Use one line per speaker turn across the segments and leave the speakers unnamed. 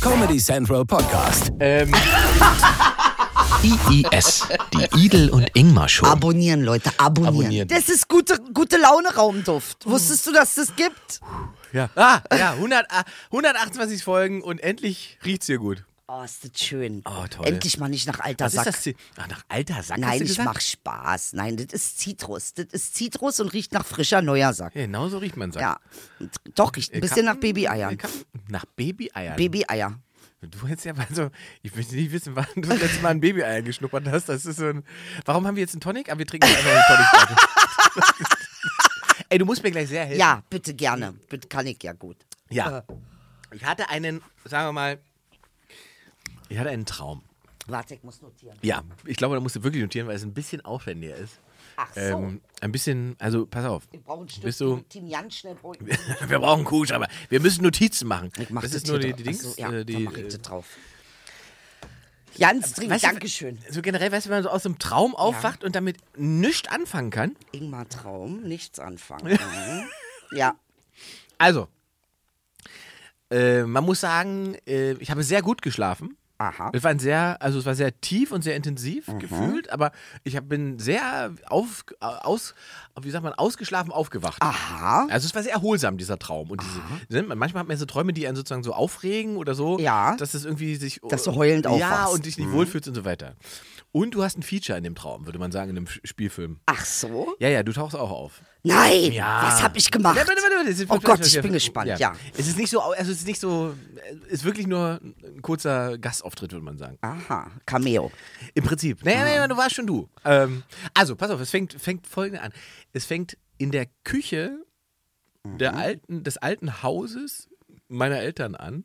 Comedy Central Podcast.
Ähm,
IIS, die Idel und Ingmar Show.
Abonnieren, Leute, abonnieren.
Abonnieren.
Das ist gute, gute Laune Raumduft. Wusstest du, dass das gibt?
ja. Ah, ja, 100, ah, 128 Folgen und endlich riecht's hier gut.
Oh, ist das schön.
Oh, toll.
Endlich mal nicht nach alter
Was
Sack.
ist das? Ziel? Ach, nach alter Sack hast
Nein,
du
ich
gesagt?
mach Spaß. Nein, das ist Zitrus. Das ist Zitrus und riecht nach frischer neuer Sack.
Ja, Genau so riecht man Sack. Äh,
Ja. Und Doch, riecht ein bisschen nach Babyeiern.
Kann- Nach Babyeiern?
Babyeier.
Du hättest ja mal so, ich möchte nicht wissen, wann du das letzte Mal ein Babyeier geschnuppert hast. Das ist so ein, warum haben wir jetzt einen Tonic? Aber wir trinken einfach einen Tonic. Leute. Ey, du musst mir gleich sehr helfen.
Ja, bitte gerne. Bitte kann ich ja gut. Ah.
Ja. Ich hatte einen, sagen wir mal, ich hatte einen Traum.
Warte, ich muss notieren.
Ja, ich glaube, da musst du wirklich notieren, weil es ein bisschen aufwendiger ist.
Ach so.
Ähm, ein bisschen, also pass auf.
ich brauche ein Stück
Bist du,
Timian schnell. brauch ich-
wir brauchen Kusch, aber wir müssen Notizen machen.
Ich mach
das, ist
hier
nur die,
drauf.
die Dings.
Ach so, ja,
äh,
dann
die,
mach ich
äh,
das drauf. Ganz dringend,
weißt du,
Dankeschön.
So generell, weißt du, wenn man so aus einem Traum aufwacht und damit nichts anfangen kann.
Ingmar Traum, nichts anfangen. Mhm. ja,
Also, äh, man muss sagen, äh, ich habe sehr gut geschlafen.
aha. Mhm.
Es war ein sehr, also es war sehr tief und sehr intensiv gefühlt, aber ich hab, bin sehr auf, aus, wie sagt man, ausgeschlafen aufgewacht.
Aha.
Also es war sehr erholsam, dieser Traum. Und diese, ne, manchmal hat man so Träume, die einen sozusagen so aufregen oder so,
Ja.
dass es irgendwie sich.
Dass du heulend
Ja,
aufwachst. Mhm.
und dich nicht wohlfühlst und so weiter. Und du hast ein Feature in dem Traum, würde man sagen, in einem F- Spielfilm.
Ach so?
Ja, ja, du tauchst auch auf.
Nein!
Ja.
Was hab ich gemacht?
Ja, warte, warte, warte, es ist-
Oh
warte,
Gott,
warte,
ich bin
warte.
gespannt, ja.
Es ist nicht so, also es ist nicht so, es ist wirklich nur ein kurzer Gastauftritt, würde man sagen.
Aha, Cameo.
Im Prinzip. Naja, naja, du warst schon du. Ähm, also, pass auf, es fängt, fängt folgende an. Es fängt in der Küche der
Mhm.
alten, des alten Hauses meiner Eltern an.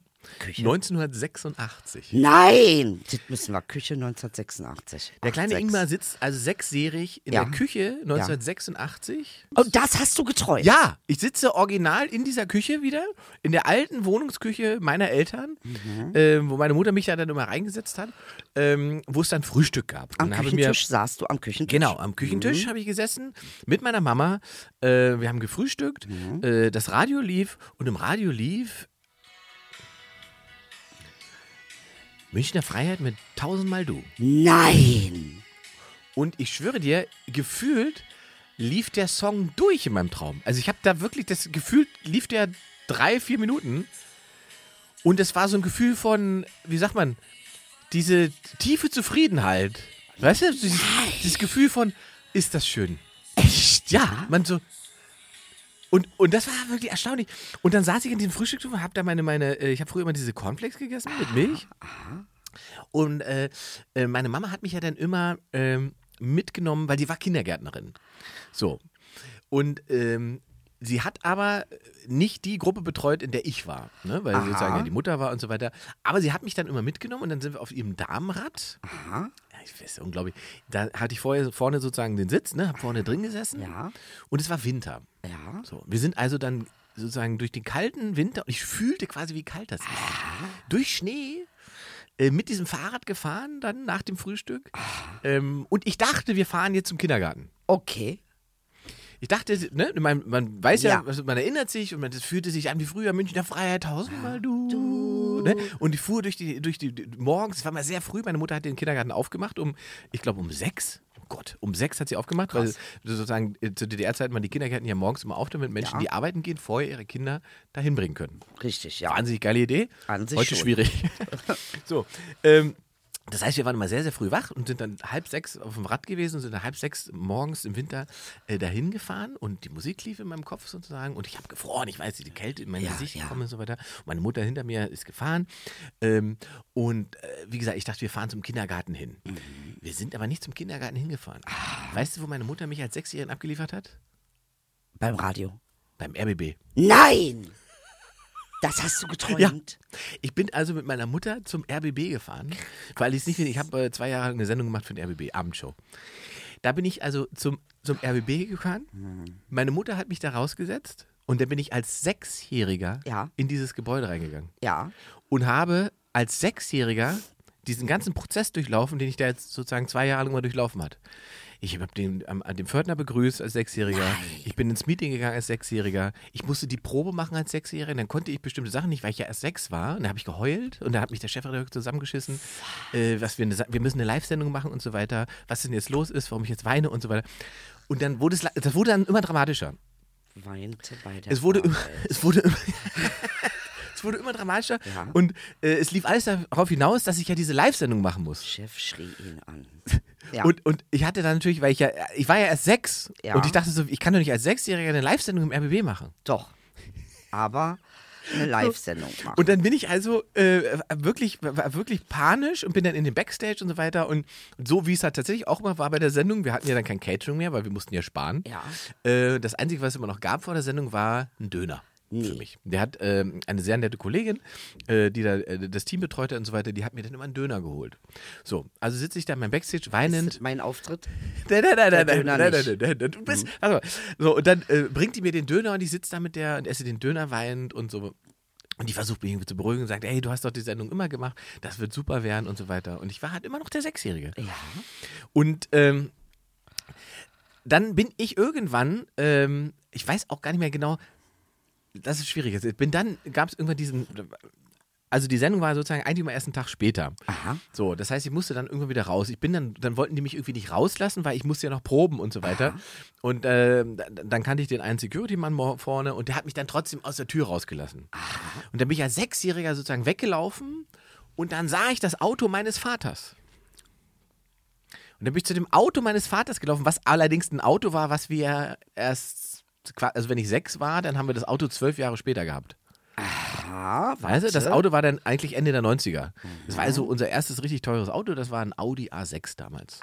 1986.
Nein! Das müssen wir. Küche 1986.
Der kleine
86.
Ingmar sitzt also sechsjährig in
Ja.
der Küche 1986.
Und Oh, das hast du geträumt?
Ja, ich sitze original in dieser Küche wieder, in der alten Wohnungsküche meiner Eltern,
Mhm.
ähm, wo meine Mutter mich da dann immer reingesetzt hat, ähm, wo es dann Frühstück gab.
Am
dann habe ich mir
Küchentisch Mhm. saßt du am Küchentisch.
Genau, am Küchentisch habe ich gesessen mit meiner Mama. Äh, wir haben gefrühstückt,
Mhm.
äh, das Radio lief und im Radio lief Münchner Freiheit mit tausendmal du.
Nein!
Und ich schwöre dir, gefühlt lief der Song durch in meinem Traum. Also ich habe da wirklich das Gefühl, lief der drei, vier Minuten. Und es war so ein Gefühl von, wie sagt man, diese tiefe Zufriedenheit. Weißt du, dieses, dieses Gefühl von, ist das schön.
Echt?
Ja, man so. Und, und das war wirklich erstaunlich. Und dann saß ich in diesem Frühstück und habe da meine, meine, äh, ich habe früher immer diese Cornflakes gegessen mit Milch. Und äh, äh, meine Mama hat mich ja dann immer ähm, mitgenommen, weil die war Kindergärtnerin. So. Und ähm, sie hat aber nicht die Gruppe betreut, in der ich war, ne? weil sie sozusagen ja die Mutter war und so weiter. Aber sie hat mich dann immer mitgenommen und dann sind wir auf ihrem Damenrad.
Aha.
Ja, ich weiß, unglaublich. Da hatte ich vorher, vorne sozusagen den Sitz, ne, hab vorne drin gesessen.
Ja.
Und es war Winter.
Ja.
So, wir sind also dann sozusagen durch den kalten Winter, und ich fühlte quasi, wie kalt das ist. Durch Schnee äh, mit diesem Fahrrad gefahren, dann nach dem Frühstück. Ähm, und ich dachte, wir fahren jetzt zum Kindergarten.
Okay.
Ich dachte, ne, man, man weiß ja,
Ja.
also man erinnert sich und man, das fühlte sich an wie früher Münchner Freiheit, tausendmal du. Ne? Und ich fuhr durch die, durch die, die- morgens, es war mal sehr früh, meine Mutter hat den Kindergarten aufgemacht, um, ich glaube, um sechs. Oh Gott, um sechs hat sie aufgemacht, weil sozusagen äh, zur DDR-Zeit man die Kindergärten ja morgens immer auf, damit Menschen, die arbeiten gehen, vorher ihre Kinder dahin bringen können.
Richtig, ja.
Wahnsinnig geile Idee.
An sich
Heute
schon.
schwierig. so. Ähm, das heißt, wir waren immer sehr, sehr früh wach und sind dann halb sechs auf dem Rad gewesen und sind dann halb sechs morgens im Winter äh, dahin gefahren und die Musik lief in meinem Kopf sozusagen und ich habe gefroren, ich weiß, die Kälte in mein
Ja,
Gesicht
ja.
gekommen und so weiter. Und meine Mutter hinter mir ist gefahren ähm, und äh, wie gesagt, ich dachte, wir fahren zum Kindergarten hin.
Mhm.
Wir sind aber nicht zum Kindergarten hingefahren.
Ah.
Weißt du, wo meine Mutter mich als Sechsjährigen abgeliefert hat?
Beim Radio.
Beim RBB.
Nein! Das hast du geträumt.
Ich bin also mit meiner Mutter zum RBB gefahren, weil ich es nicht finde. Ich habe äh, zwei Jahre eine Sendung gemacht für den RBB, Abendshow. Da bin ich also zum, zum RBB gefahren. Meine Mutter hat mich da rausgesetzt und da bin ich als Sechsjähriger
Ja.
in dieses Gebäude reingegangen
Ja.
und habe als Sechsjähriger diesen ganzen Prozess durchlaufen, den ich da jetzt sozusagen zwei Jahre lang mal durchlaufen hat. Ich habe den, am, an dem Fördner begrüßt als Sechsjähriger. Ich bin ins Meeting gegangen als Sechsjähriger. Ich musste die Probe machen als Sechsjähriger. Dann konnte ich bestimmte Sachen nicht, weil ich ja erst sechs war. Und da habe ich geheult und da hat mich der Chefredakteur zusammengeschissen. Äh, was wir, eine, Sa- wir müssen eine Live-Sendung machen und so weiter. Was denn jetzt los ist, warum ich jetzt weine und so weiter. Und dann wurde es, la- das wurde dann immer dramatischer.
Weinte bei der
Es wurde, immer,
Arbeit.
es wurde immer, es wurde immer dramatischer und äh, es lief alles darauf hinaus, dass ich ja diese Live-Sendung machen muss.
Chef schrie ihn an. Ja.
Und, und ich hatte dann natürlich, weil ich ja, ich war ja erst sechs
Ja.
und ich dachte so, ich kann doch nicht als Sechsjähriger eine Live-Sendung im RBB machen.
Doch. Aber eine Live-Sendung machen.
Und dann bin ich also äh, wirklich, war wirklich panisch und bin dann in den Backstage und so weiter. Und so wie es halt tatsächlich auch mal war bei der Sendung, wir hatten ja dann kein Catering mehr, weil wir mussten ja sparen.
Ja.
Äh, das Einzige, was es immer noch gab vor der Sendung, war ein Döner. Für mich. Der hat ähm, eine sehr nette Kollegin, äh, die da äh, das Team betreut hat und so weiter, die hat mir dann immer einen Döner geholt. So, also sitze ich da in meinem Backstage weinend.
mein Auftritt.
Nein, nein, nein, nein, nein,
Döner
nein,
nicht. Mhm.
nein, nein, nein, du bist. Also, so, und dann äh, bringt die mir den Döner und ich sitze da mit der und esse den Döner weinend und so. Und die versucht mich irgendwie zu beruhigen und sagt, ey, du hast doch die Sendung immer gemacht, das wird super werden und so weiter. Und ich war halt immer noch der Sechsjährige.
Ja.
Und ähm, dann bin ich irgendwann, ähm, ich weiß auch gar nicht mehr genau, das ist schwierig. jetzt. Ich bin dann, gab es irgendwann diesen, also die Sendung war sozusagen eigentlich mal erst einen Tag später.
Aha.
So, das heißt, ich musste dann irgendwann wieder raus. Ich bin dann, dann wollten die mich irgendwie nicht rauslassen, weil ich musste ja noch proben und so weiter. Und ähm, da- dann kannte ich den einen Security-Mann mor- vorne und der hat mich dann trotzdem aus der Tür rausgelassen. Und dann bin ich als Sechsjähriger sozusagen weggelaufen und dann sah ich das Auto meines Vaters. Und dann bin ich zu dem Auto meines Vaters gelaufen, was allerdings ein Auto war, was wir erst, qua- also wenn ich sechs war, dann haben wir das Auto zwölf Jahre später gehabt.
Ah,
Weißt du, das
warte.
Auto war dann eigentlich Ende der 90er. Das war also unser erstes richtig teures Auto, das war ein Audi A6 damals.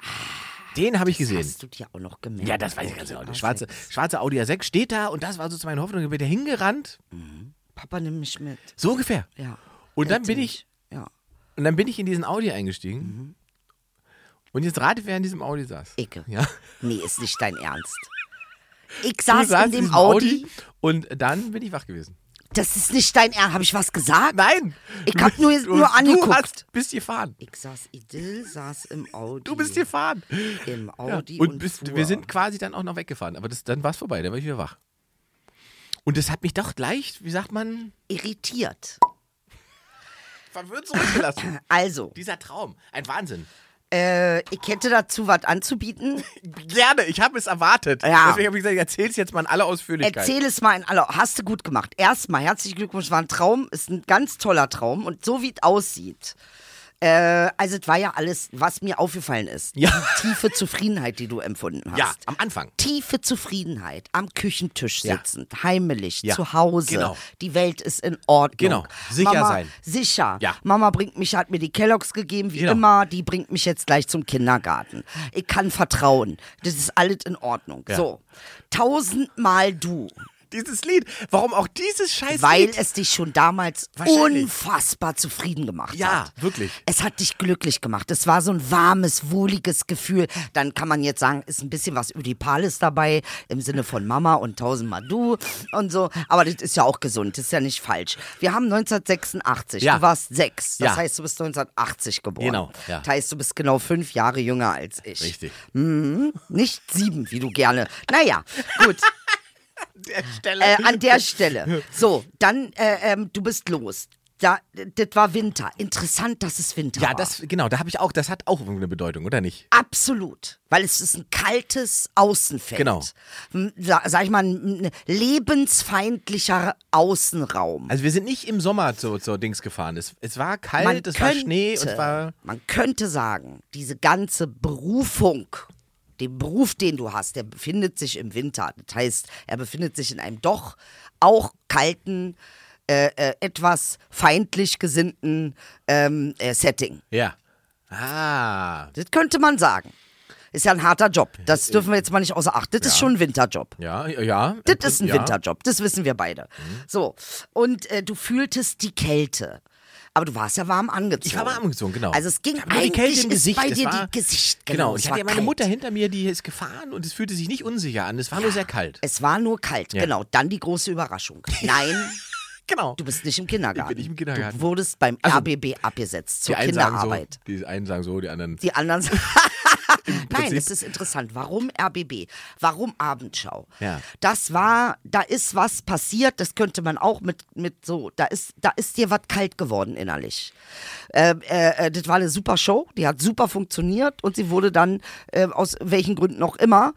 Den habe ich gesehen.
Hast du dir auch noch gemerkt?
Ja, das weiß ich ganz genau. Der
Ah,
schwarze,
sechs.
schwarze Audi A6 steht da und das war sozusagen meine Hoffnung. Ich bin da hingerannt,
Papa, nimm mich mit.
so ungefähr.
Ja.
Und dann
Hätte
bin
mich.
ich,
Ja.
und dann bin ich in diesen Audi eingestiegen. Und jetzt rate, wer in diesem Audi saß.
Icke.
Ja.
Nee, ist nicht dein Ernst. Ich
Du
saß
saßt
in dem
diesem
Audi.
Und dann bin ich wach gewesen.
Das ist nicht dein Ernst. Habe ich was gesagt?
Nein!
Ich
Du
hab
bist-
nur jetzt
du-
nur
Du
angeguckt.
hast, bist gefahren.
Ich saß Idyll, saß im Audi.
Du bist gefahren.
Im
Ja,
Audi
und
und,
bist,
fuhr.
wir sind quasi dann auch noch weggefahren. Aber das, dann war es vorbei, dann war ich wieder wach. Und das hat mich doch leicht, wie sagt man,
irritiert.
verwirrt zurückgelassen.
Also,
Dieser Traum, ein Wahnsinn.
äh, ich hätte dazu was anzubieten.
Gerne, ich habe es erwartet.
Ja.
Deswegen habe ich gesagt, ich erzähl's jetzt mal in aller Ausführlichkeit.
Erzähl es mal in aller. Hast du gut gemacht. Erstmal herzlichen Glückwunsch, war ein Traum, ist ein ganz toller Traum und so wie es aussieht. Äh, also es war ja alles, was mir aufgefallen ist.
Ja.
Die tiefe Zufriedenheit, die du empfunden hast.
Ja, am Anfang.
Tiefe Zufriedenheit am Küchentisch
Ja.
sitzend, heimelig,
Ja,
zu Hause.
genau.
Die Welt ist in Ordnung.
Genau, sicher
Mama,
sein.
Sicher.
Ja.
Mama bringt mich, hat mir die Kelloggs gegeben, wie
Genau.
immer. Die bringt mich jetzt gleich zum Kindergarten. Ich kann vertrauen. Das ist alles in Ordnung.
Ja.
So. Tausendmal du,
Dieses Lied, warum auch dieses scheiß
weil
Lied?
es dich schon damals
Wahrscheinlich.
unfassbar zufrieden gemacht
Ja,
hat.
wirklich.
Es hat dich glücklich gemacht. Es war so ein warmes, wohliges Gefühl. Dann kann man jetzt sagen, ist ein bisschen was Ödipales dabei, im Sinne von Mama und tausendmal du und so. Aber das ist ja auch gesund, das ist ja nicht falsch. Wir haben 1986,
Ja.
du warst sechs. Das
Ja.
heißt, du bist 1980 geboren.
Genau, ja.
Das heißt, du bist genau fünf Jahre jünger als ich.
Richtig.
Nicht sieben, wie du gerne. Naja, gut.
Der Stelle.
Äh, an der Stelle. So, dann, äh, ähm, du bist los. Da, das war Winter. Interessant, dass es Winter
ja,
war.
das, genau, da habe ich auch, das hat auch irgendeine Bedeutung, oder nicht?
Absolut, weil es ist ein kaltes Außenfeld.
Genau.
M, Sa sag ich mal, ein ein lebensfeindlicher Außenraum.
Also wir sind nicht im Sommer zu, zu Dings gefahren. Es, es war kalt, es war Schnee und es war.
man könnte sagen, diese ganze Berufung, den Beruf, den du hast, der befindet sich im Winter. Das heißt, er befindet sich in einem doch auch kalten, äh, äh, etwas feindlich gesinnten ähm, äh, Setting.
Ja. Ah.
Das könnte man sagen. Ist ja ein harter Job. Das
Äh,
dürfen wir jetzt mal nicht außer Acht. Das ist schon ein Winterjob.
Ja, ja. im
Das ist
Prinzip, ja.
ein
Mhm.
Winterjob, das wissen wir beide. So, und äh, du fühltest die Kälte. Aber du warst ja warm angezogen.
Ich war warm angezogen, genau.
Also es ging
Ich hab nur die Kälte
eigentlich
im
ist
Gesicht.
bei
es
dir
war,
die Gesicht. Genau,
Genau,
es
ich
war
hatte ja meine
kalt.
Mutter hinter mir, die ist gefahren und es fühlte sich nicht unsicher an. Es war nur sehr kalt.
Es war nur kalt,
Ja.
genau. Dann die große Überraschung. Nein,
Genau.
Du bist nicht im Kindergarten.
Ich bin nicht im Kindergarten.
Du wurdest beim
Also,
RBB abgesetzt zur
die einen sagen so,
Kinderarbeit.
die einen sagen so, die anderen.
Die anderen sagen. Nein,
Prinzip-
es ist interessant. Warum RBB? Warum Abendschau?
Ja.
Das war, da ist was passiert, das könnte man auch mit, mit so, da ist, da ist dir was kalt geworden innerlich. Ähm, äh, äh, das war eine super Show, die hat super funktioniert und sie wurde dann, äh, aus welchen Gründen auch immer,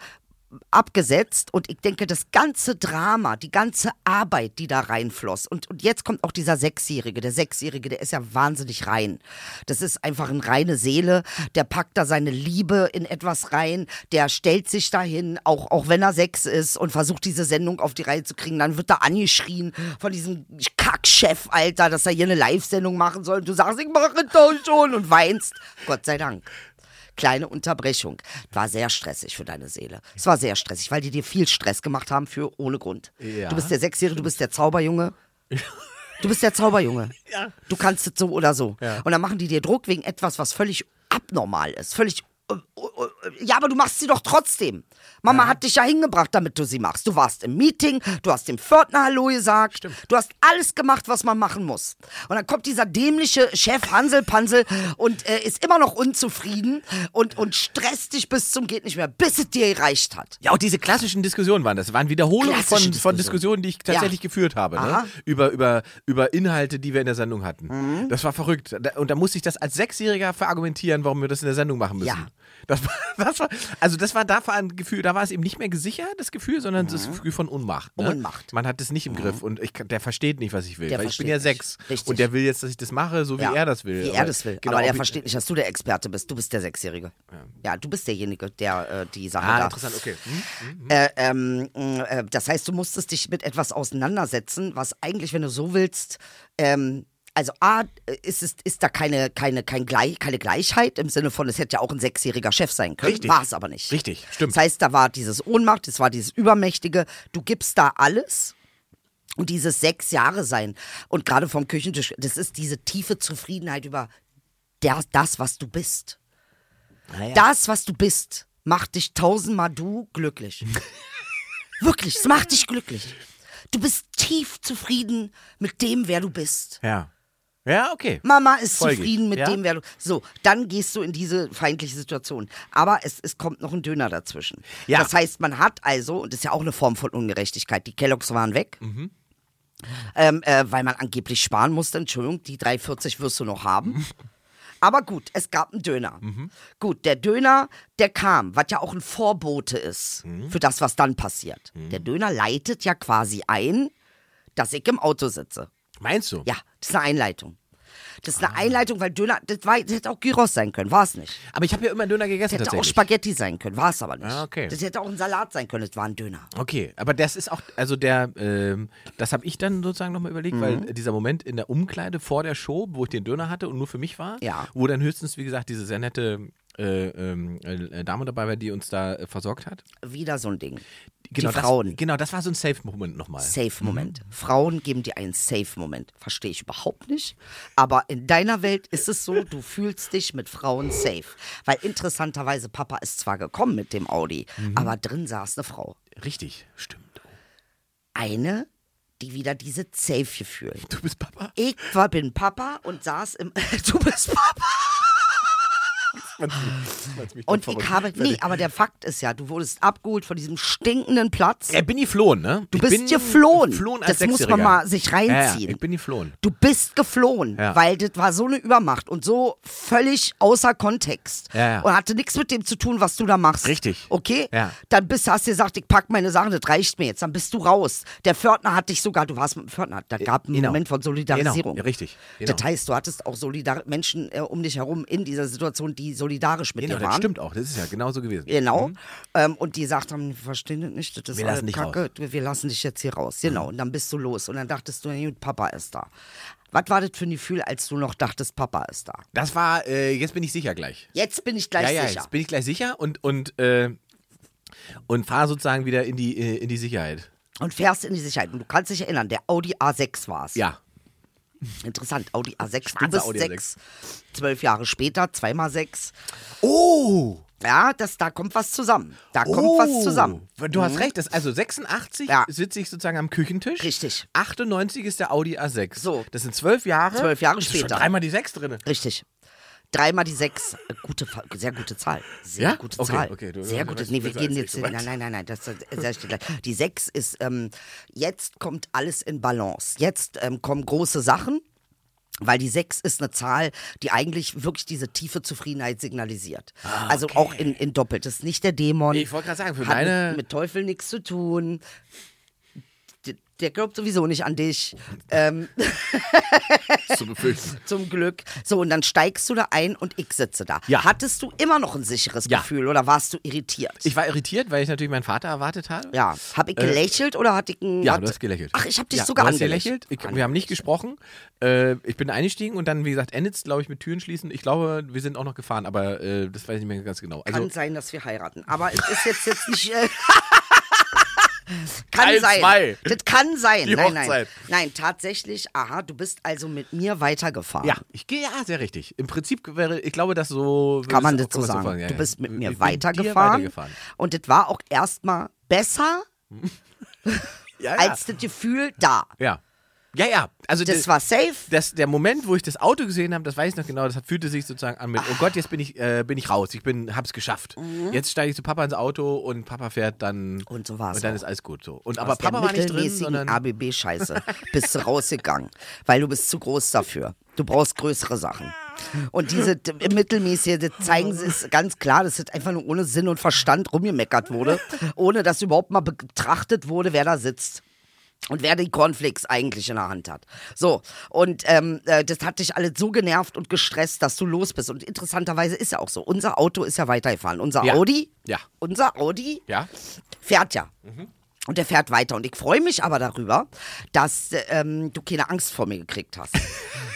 abgesetzt und ich denke, das ganze Drama, die ganze Arbeit, die da reinfloss und, und jetzt kommt auch dieser Sechsjährige, der Sechsjährige, der ist ja wahnsinnig rein. Das ist einfach eine reine Seele, der packt da seine Liebe in etwas rein, der stellt sich dahin, auch, auch wenn er sechs ist und versucht diese Sendung auf die Reihe zu kriegen, dann wird da angeschrien von diesem Kackchef, Alter, dass er hier eine Live-Sendung machen soll und du sagst, ich mache das schon und weinst. Gott sei Dank kleine Unterbrechung. War sehr stressig für deine Seele. Es war sehr stressig, weil die dir viel Stress gemacht haben für ohne Grund.
Ja.
Du bist der Sechsjährige, du bist der Zauberjunge. Du bist der Zauberjunge.
Ja.
Du kannst es so oder so. Und dann machen die dir Druck wegen etwas, was völlig abnormal ist. Völlig. äh, äh, Ja, aber du machst sie doch trotzdem. Mama hat dich ja hingebracht, damit du sie machst. Du warst im Meeting, du hast dem Pförtner Hallo gesagt, du hast alles gemacht, was man machen muss. Und dann kommt dieser dämliche Chef Hanselpansel und äh, ist immer noch unzufrieden und, und stresst dich bis zum geht nicht mehr, bis es dir gereicht hat.
Ja, und diese klassischen Diskussionen waren das. waren Wiederholungen von,
Klassische
von Diskussionen,
Diskussionen.
die ich tatsächlich
Ja.
geführt habe. Ne?
Aha.
Über, über, über Inhalte, die wir in der Sendung hatten.
Mhm.
Das war verrückt. Da- Und da musste ich das als Sechsjähriger verargumentieren, warum wir das in der Sendung machen müssen.
Ja.
Das war, das war, also das war da war ein Gefühl, da war es eben nicht mehr gesichert, das Gefühl, sondern das Gefühl von Ohnmacht. Ne?
Mhm. Ohnmacht. Mhm.
Man hat es nicht im Griff und ich, kann- der versteht nicht, was ich will.
Der
weil ich bin
versteht
ja
nicht.
sechs.
Richtig.
Und der will jetzt, dass ich das mache, so wie
Ja,
er das will.
Wie
Aber-
er das will.
Genau,
aber er
ob ich-
versteht nicht, dass du der Experte bist. Du bist der Sechsjährige. Ja, du bist derjenige, der äh, die Sache
Ah,
da.
interessant, okay. Hm?
Äh, ähm, mh, äh, das heißt, du musstest dich mit etwas auseinandersetzen, was eigentlich, wenn du so willst, ähm, also A, äh, ist, es, ist da keine, keine, kein Gleich, keine Gleichheit im Sinne von, es hätte ja auch ein sechsjähriger Chef sein können.
Richtig.
War es aber nicht.
Richtig, stimmt.
Das heißt, da war dieses Ohnmacht, es war dieses Übermächtige, du gibst da alles. Und dieses sechs Jahre sein und gerade vom Küchentisch, das ist diese tiefe Zufriedenheit über das, das was du bist. Das, was du bist, macht dich tausendmal du glücklich. Wirklich, es macht dich glücklich. Du bist tief zufrieden mit dem, wer du bist.
Ja. Ja, okay.
Mama ist
Folge ich,
zufrieden mit
ja?
dem, wer du. So, dann gehst du in diese feindliche Situation. Aber es, es kommt noch ein Döner dazwischen.
Ja.
Das heißt, man hat also, und das ist ja auch eine Form von Ungerechtigkeit, die Kelloggs waren weg.
Mhm.
Ähm, äh, weil man angeblich sparen musste. Entschuldigung, die 3,40 wirst du noch
Mhm.
haben. Aber gut, es gab einen Döner. Gut, der Döner, der kam, was ja auch ein Vorbote ist
Mhm.
für das, was dann passiert. Der Döner leitet ja quasi ein, dass ich im Auto sitze.
Meinst du?
Ja, das ist eine Einleitung. Das ist
Ah.
eine Einleitung, weil Döner, das, war, das hätte auch Gyros sein können, war es nicht.
Aber ich habe ja immer Döner gegessen
Das hätte auch
tatsächlich.
Spaghetti sein können, war es aber nicht.
Ah, okay.
Das hätte auch ein Salat sein können, das war ein Döner.
Okay, aber das ist auch, also der, ähm, das habe ich dann sozusagen nochmal überlegt, weil
Mhm.
dieser Moment in der Umkleide vor der Show, wo ich den Döner hatte und nur für mich war,
Ja.
wo dann höchstens, wie gesagt, diese sehr nette äh, ähm, äh, Dame dabei war, die uns da äh, versorgt hat.
Wieder so ein Ding.
Genau,
Die Frauen.
Das, Mhm. genau, das war so ein Safe-Moment nochmal.
Safe-Moment. Frauen geben dir einen Safe-Moment. Verstehe ich überhaupt nicht. Aber in deiner Welt ist es so, du fühlst dich mit Frauen safe. Weil interessanterweise, Papa ist zwar gekommen mit dem Audi,
Mhm.
aber drin saß eine Frau.
Richtig, stimmt.
Eine, die wieder diese Safe-Gefühl.
Du bist Papa.
Ich war, bin Papa und saß im. Du bist Papa. Und ich habe. Nee, aber der Fakt ist ja, du wurdest abgeholt von diesem stinkenden Platz.
Ich bin geflohen, ne?
Du
Ich
bist
bin
geflohen.
geflohen als
das muss man
Sechsjähriger.
mal sich
Ja,
reinziehen.
ja, ich bin geflohen.
Du bist geflohen,
Ja.
weil das war so eine Übermacht und so völlig außer Kontext.
Ja, ja.
Und hatte nichts mit dem zu tun, was du da machst.
Richtig.
Okay?
Ja.
Dann bist, hast du gesagt, ich pack meine Sachen, das reicht mir jetzt. Dann bist du raus. Der Pförtner hat dich sogar, du warst mit dem Pförtner, da gab einen
Genau.
Moment von Solidarisierung.
Genau, richtig. Genau.
Das heißt, du hattest auch solidar Menschen äh, um dich herum in dieser Situation, die solidarisch mit
Genau,
dir
das
waren.
stimmt auch. Das ist ja genau so gewesen.
Genau. Ähm, und die gesagt haben, wir verstehen das nicht, das ist
Wir
alles
lassen dich
Kacke,
raus. Mhm.
wir wir lassen dich jetzt hier raus. Genau. Und dann bist du los. Und dann dachtest du, na gut, Papa ist da. Was war das für ein Gefühl, als du noch dachtest, Papa ist da?
Das war, äh, jetzt bin ich sicher gleich.
Jetzt bin ich gleich
ja, ja,
sicher.
jetzt bin ich gleich sicher und, und, äh, und fahre sozusagen wieder in die, äh, in die Sicherheit.
Und fährst in die Sicherheit. Und du kannst dich erinnern, der Audi A6 war es.
Ja.
Interessant, Audi A6, du
Schwarzer
bist
Audi
sechs. Zwölf Jahre später, zweimal sechs.
Oh!
Ja, das, da kommt was zusammen. Da kommt
oh.
was zusammen.
Du hast recht, das, also 86
Mhm. Ja.
sitze ich sozusagen am Küchentisch.
Richtig.
98 ist der Audi A6.
So.
Das sind zwölf Jahre.
Zwölf Jahre
Das ist
später.
Schon dreimal die sechs drin.
Richtig. Dreimal die sechs. Äh, Gute, Fa- sehr gute Zahl. Sehr
Ja?
gute
Okay,
Zahl.
okay, du-
sehr
du
gute.
weißt
Nee, wir
besser
gehen
als
jetzt.
ich, du
Nein,
weißt.
nein, nein, nein. Das, das, das steht gleich. Die sechs ist. Ähm, jetzt kommt alles in Balance. Jetzt ähm, kommen große Sachen. Weil die 6 ist eine Zahl, die eigentlich wirklich diese tiefe Zufriedenheit signalisiert. Also auch in, in doppelt. Das ist nicht der Dämon.
Ah, Ich wollte gerade sagen, für
hat
meine-
mit, mit Teufel nichts zu tun. D- Der glaubt sowieso nicht an dich.
Äh,
Ähm,
Zu befürchten.
zum Glück. So, und dann steigst du da ein und ich sitze da.
Ja.
Hattest du immer noch ein sicheres
Ja.
Gefühl oder warst du irritiert?
Ich war irritiert, weil ich natürlich meinen Vater erwartet habe.
ja. Hab ich gelächelt oder hatte ich ein.
Ja,
hat-
du hast gelächelt.
Ach, ich hab dich
ja,
sogar
du hast
angelächelt.
gelächelt. Ich, wir haben nicht gesprochen. Äh, ich bin eingestiegen und dann, wie gesagt, endet es, glaube ich, mit Türen schließen. Ich glaube, wir sind auch noch gefahren, aber äh, das weiß ich nicht mehr ganz genau.
Kann
Also,
sein, dass wir heiraten. Aber es ist jetzt, jetzt nicht. Äh, kann
Teil
sein.
zwei.
Das kann sein.
Die
nein, nein.
Hochzeit.
Nein, tatsächlich. Aha, du bist also mit mir weitergefahren.
ja, Ah, ich gehe ja sehr richtig. Im Prinzip wäre, ich glaube, das so
Kann man
das
das so sagen.
ja,
du
ja.
bist mit
Ich
mir
bin dir
weitergefahren,
weitergefahren.
Und das war auch erstmal besser
Ja, ja.
als das Gefühl da.
ja. Ja, ja. Also
Das war safe.
das, der Moment, wo ich das Auto gesehen habe, das weiß ich noch genau, das hat, fühlte sich sozusagen an mit, oh Gott, jetzt bin ich, äh, bin ich raus, ich bin, hab's geschafft. Jetzt steige ich zu Papa ins Auto und Papa fährt dann.
Mhm. Und so war's
Und dann
auch.
ist alles gut so. Und aber
aus der
Papa war nicht drin,
mittelmäßigen
sondern.
ABB-Scheiße bist du rausgegangen, weil du bist zu groß dafür. Du brauchst größere Sachen. Und diese d- mittelmäßige, das zeigen sie es ganz klar, dass das einfach nur ohne Sinn und Verstand rumgemeckert wurde, ohne dass überhaupt mal betrachtet wurde, wer da sitzt. Und wer die Cornflakes eigentlich in der Hand hat. So, und ähm, äh, das hat dich alles so genervt und gestresst, dass du los bist. Und interessanterweise ist ja auch so. Unser Auto ist ja weitergefahren. Unser
Ja.
Audi?
Ja.
Unser Audi?
Ja?
fährt ja.
Mhm.
Und der fährt weiter. Und ich freue mich aber darüber, dass äh, ähm, du keine Angst vor mir gekriegt hast.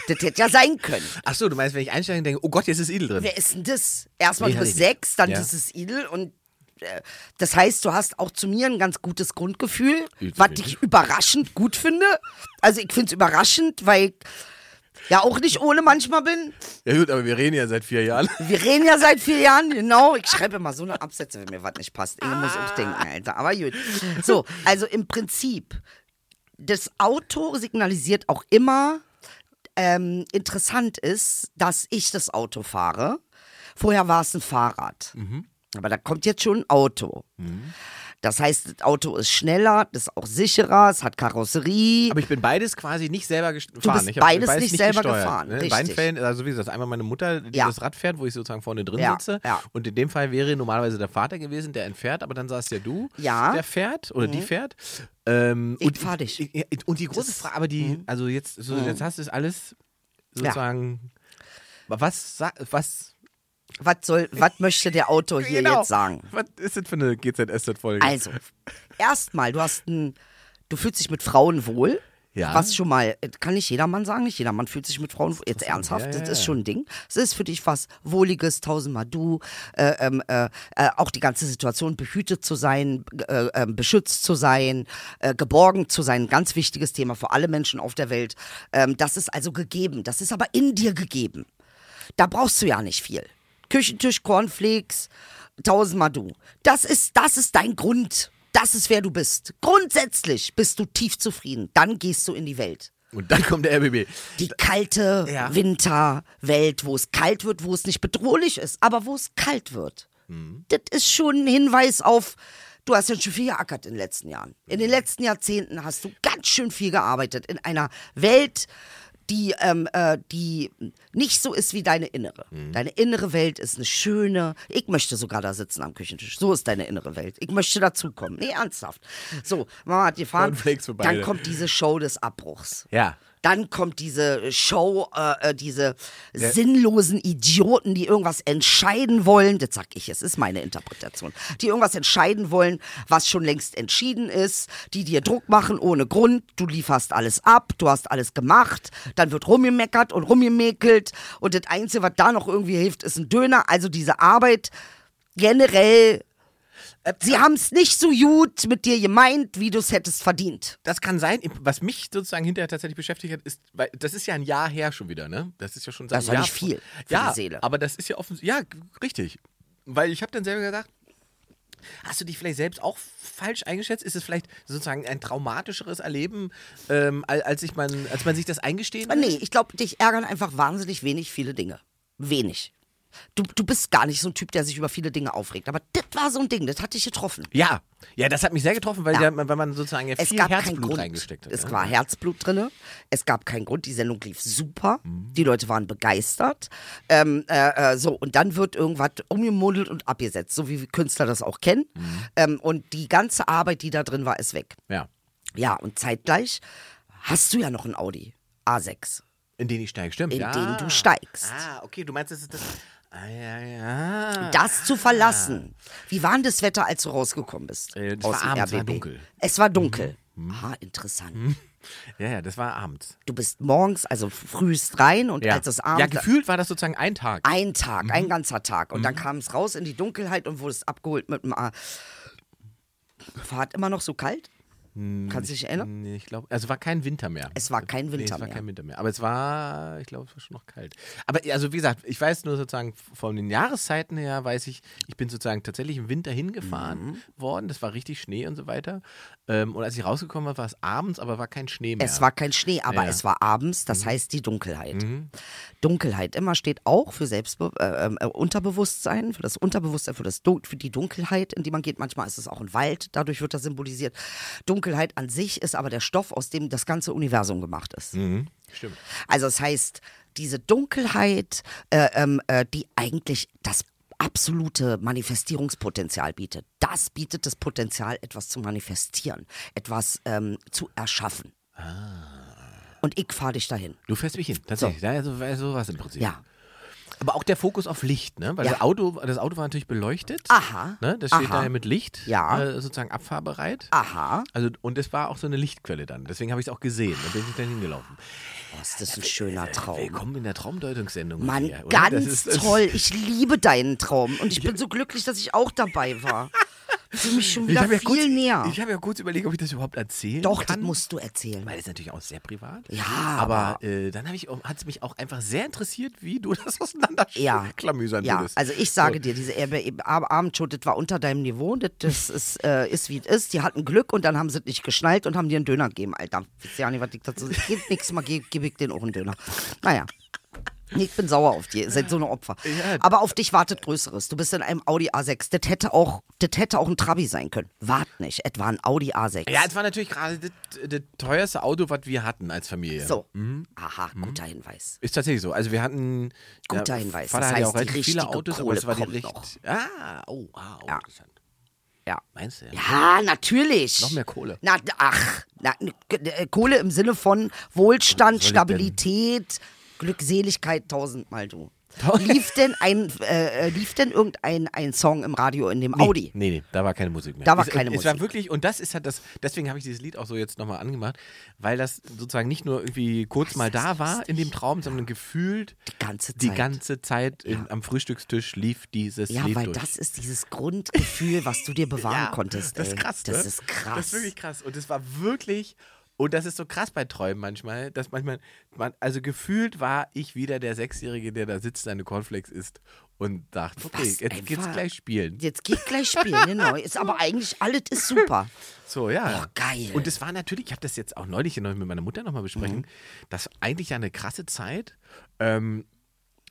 das hätte ja sein können.
Achso, du meinst, wenn ich einsteige und denke, oh Gott, jetzt ist Idel drin.
Wer ist denn das? Erstmal,
Nee,
du
hatte
bist
ich nicht.
sechs, dann
Ja.
ist es Idel und äh, das heißt, du hast auch zu mir ein ganz gutes Grundgefühl,
Idel
was
bin
ich überraschend gut finde. Also ich finde es überraschend, weil ich ja auch nicht ohne manchmal bin.
Ja gut, aber wir reden ja seit vier Jahren.
Wir reden ja seit vier Jahren, genau. Ich schreibe immer so eine Absätze, wenn mir was nicht passt. Ich muss auch denken,
Ah.
Alter. Aber gut. So, also im Prinzip, das Auto signalisiert auch immer, ähm, interessant ist, dass ich das Auto fahre. Vorher war es ein Fahrrad.
Mhm.
Aber da kommt jetzt schon ein Auto. Das heißt, das Auto ist schneller, das ist auch sicherer, es hat Karosserie.
Aber ich bin beides quasi nicht selber gest- gefahren.
bist
ich hab
beides nicht selber
gesteuert,
gefahren,
Ne? In
richtig.
beiden Fällen, also wie gesagt, einmal meine Mutter, die
Ja.
das Rad fährt, wo ich sozusagen vorne drin
Ja,
sitze.
ja.
Und in dem Fall wäre normalerweise der Vater gewesen, der entfährt, aber dann saß ja du,
Ja. Mhm.
der fährt oder die fährt. Ähm,
Ich
und-
fahr dich. Mhm.
ich- ich- Und die große Frage, aber die, also jetzt, so, jetzt hast du es alles sozusagen. Aber Was, sa- was,
was soll, was möchte der Autor hier
Genau.
jetzt sagen?
was ist das für eine GZSZ-Folge?
Also, erstmal, du hast ein, du fühlst dich mit Frauen wohl.
Ja.
Was schon mal, äh, kann nicht jedermann sagen, nicht jedermann fühlt sich mit Frauen wohl. Jetzt ernsthaft,
ja, ja,
das ist
ja.
schon ein Ding. Es ist für dich was Wohliges, tausendmal du, äh, ähm, äh, äh, auch die ganze Situation, behütet zu sein, äh, äh, beschützt zu sein, äh, geborgen zu sein, ganz wichtiges Thema für alle Menschen auf der Welt. Ähm, das ist also gegeben, das ist aber in dir gegeben. Da brauchst du ja nicht viel. Küchentisch, Cornflakes, tausendmal du. Das ist, das ist dein Grund. Das ist wer du bist. Grundsätzlich bist du tief zufrieden. Dann gehst du in die Welt.
und dann kommt der RBB.
Die kalte
Ja.
Winterwelt, wo es kalt wird, wo es nicht bedrohlich ist, aber wo es kalt wird.
Mhm.
Das ist schon ein Hinweis auf, du hast ja schon viel geackert in den letzten Jahren. In
Mhm.
den letzten Jahrzehnten hast du ganz schön viel gearbeitet in einer Welt, die, ähm, äh, die nicht so ist wie deine innere.
Mhm.
Deine innere Welt ist eine schöne. Ich möchte sogar da sitzen am Küchentisch. So ist deine innere Welt. Ich möchte dazukommen. Nee, ernsthaft. So, Mama hat gefahren.
Cornflakes für
Dann
beide.
kommt diese Show des Abbruchs.
Ja.
Dann kommt diese Show, äh, äh, diese sinnlosen Idioten, die irgendwas entscheiden wollen. Das sag ich, es ist meine Interpretation. Die irgendwas entscheiden wollen, was schon längst entschieden ist, die dir Druck machen ohne Grund. Du lieferst alles ab, du hast alles gemacht. Dann wird rumgemeckert und rumgemäkelt. Und das Einzige, was da noch irgendwie hilft, ist ein Döner. Also diese Arbeit generell Sie haben es nicht so gut mit dir gemeint, wie du es hättest verdient.
Das kann sein. Was mich sozusagen hinterher tatsächlich beschäftigt hat, ist, weil das ist ja ein Jahr her schon wieder, ne? Das ist ja schon seit
Das ist
einem
ja
Jahr
nicht viel für
ja,
die Seele.
aber das ist ja offensichtlich. Ja, g- richtig. Weil ich habe dann selber gedacht, hast du dich vielleicht selbst auch falsch eingeschätzt? Ist es vielleicht sozusagen ein traumatischeres Erleben, ähm, al- als, ich man, als man sich das eingestehen
Aber nee, ich glaube, dich ärgern einfach wahnsinnig wenig viele Dinge. Wenig. Du, du bist gar nicht so ein Typ, der sich über viele Dinge aufregt. Aber das war so ein Ding, das hat dich getroffen.
Ja, ja, das hat mich sehr getroffen, weil,
Ja.
ja. weil man sozusagen ja
Es
viel
gab keinen
Herzblut
Grund.
reingesteckt hat.
es
ne?
war Herzblut drin. Es gab keinen Grund. Die Sendung lief super.
Mhm.
Die Leute waren begeistert. Ähm, äh, äh, so, und dann wird irgendwas umgemodelt und abgesetzt, so wie wir Künstler das auch kennen.
Mhm.
Ähm, und die ganze Arbeit, die da drin war, ist weg.
Ja,
Ja, und zeitgleich hast du ja noch einen Audi A6,
in den ich steige, stimmt.
in
ja.
den du steigst.
Ah, okay, du meinst, das ist das. Ah, ja, ja.
Das zu verlassen. Wie war denn das Wetter, als du rausgekommen bist?
Äh, das war
dem
abends, war
RBB?
dunkel. Mhm.
Es war dunkel. Ah, interessant.
ja, ja, das war abends.
Du bist morgens, also frühst rein und
Ja.
als das abends.
ja, gefühlt Mhm. war das sozusagen ein Tag.
Ein Tag, ein ganzer Tag. Und dann kam es raus in die Dunkelheit und wurde es abgeholt mit dem A. War es immer noch so kalt? Kannst du dich erinnern?
Nee, Hm, ich glaube, also war kein Winter mehr.
Es war kein
nee,
Winter
es war
mehr.
kein Winter mehr. Aber es war, ich glaube, es war schon noch kalt. Aber also wie gesagt, ich weiß nur sozusagen von den Jahreszeiten her, weiß ich, ich bin sozusagen tatsächlich im Winter hingefahren
Mhm.
worden. Das war richtig Schnee und so weiter. Ähm, und als ich rausgekommen war, war es abends, aber war kein Schnee mehr.
Es war kein Schnee, aber
Ja. Mhm.
es war abends, das heißt die Dunkelheit. Dunkelheit immer steht auch für Selbstbe äh, äh, Unterbewusstsein, für das Unterbewusstsein, für, das Dun für die Dunkelheit, in die man geht. Manchmal ist es auch ein Wald, dadurch wird das symbolisiert. Dunkelheit an sich ist aber der Stoff, aus dem das ganze Universum gemacht ist.
Mhm. Stimmt.
Also das heißt, diese Dunkelheit, äh, ähm, äh, die eigentlich das absolute Manifestierungspotenzial bietet, das bietet das Potenzial, etwas zu manifestieren, etwas ähm, zu erschaffen.
Ah.
Und ich fahre dich dahin.
Du fährst mich hin, tatsächlich. Ja, so, so war es im Prinzip.
Ja.
Aber auch der Fokus auf Licht, ne? Weil
Ja.
das, Auto, das Auto war natürlich beleuchtet.
Aha.
Ne? Das steht
Aha.
daher mit Licht,
Ja.
äh, sozusagen abfahrbereit.
Aha.
Also, und es war auch so eine Lichtquelle dann. Deswegen habe ich es auch gesehen. Da bin ich dann hingelaufen.
Oh, ist das ein schöner Traum.
Willkommen in der Traumdeutungssendung.
Mann,
hier, oder? Das
ganz
ist- das-
toll. Ich liebe deinen Traum. Und ich bin so glücklich, dass ich auch dabei war. Für mich schon
Ich
wieder
habe
viel
ja kurz,
näher.
Ich habe ja kurz überlegt, ob ich das überhaupt erzählen
Doch, das
kann.
musst du erzählen.
Weil das ist natürlich auch sehr privat.
Ja,
Aber äh, dann hat es mich auch einfach sehr interessiert, wie du das auseinander
Ja.
klamüsern
ja.
würdest.
Also ich sage dir, diese Airbnb- Ab- Abendshow, das war unter deinem Niveau, das, das ist, äh, ist wie es ist. Die hatten Glück und dann haben sie es nicht geschnallt und haben dir einen Döner gegeben, Alter. Ich ja nicht, was ich dazu Geht nichts mal, gebe geb ich denen auch einen Döner. Naja. Nee, ich bin sauer auf dich. Ihr seid so eine Opfer. Aber auf dich wartet Größeres. Du bist in einem Audi A6. Das hätte auch, das hätte auch ein Trabi sein können. Wart nicht. Es war ein Audi A6.
Ja, es war natürlich gerade das, das teuerste Auto, was wir hatten als Familie.
so.
Mhm.
Aha, guter Hinweis.
Ist tatsächlich so. Also wir hatten.
Guter
ja,
Hinweis.
Vater
Das
hatte ja
heißt,
auch
die
relativ viele
richtige
Autos, aber
Kohle
es war die
kommt
richtig.
noch.
Ah, oh, ah, oh, interessant.
Ja.
Meinst du? Ja.
Ja, natürlich.
Noch mehr Kohle.
Na, ach, na, n- K- äh, Kohle im Sinne von Wohlstand,
denn?
Stabilität, Glückseligkeit, tausendmal du. Lief denn ein, äh, äh, lief denn irgendein ein Song im Radio in dem Audi?
Nee, nee, da war keine Musik mehr.
Da war
es,
keine
es Es war
Musik.
wirklich, und das ist halt das, deswegen habe ich dieses Lied auch so jetzt nochmal angemacht, weil das sozusagen nicht nur irgendwie kurz mal da war in dem Traum, sondern gefühlt
Die ganze
die
Zeit.
ganze Zeit in, am Frühstückstisch lief dieses
ja,
Lied
weil
durch.
das ist dieses Grundgefühl, was du dir bewahren
Ja,
konntest.
Das
ey.
ist krass.
Das
ne?
ist krass.
Das ist wirklich krass. Und das war wirklich. Und das ist so krass bei Träumen manchmal, dass manchmal, man, also gefühlt war ich wieder der Sechsjährige, der da sitzt, seine Cornflakes isst und sagt, okay,
Was
jetzt
ein
geht's
Fall.
gleich spielen.
Jetzt geht gleich spielen, genau. Ist aber eigentlich alles ist super.
So, ja.
Oh, geil.
Und es war natürlich, ich habe das jetzt auch neulich hier noch mit meiner Mutter nochmal besprechen,
Mhm.
das war eigentlich ja eine krasse Zeit, ähm,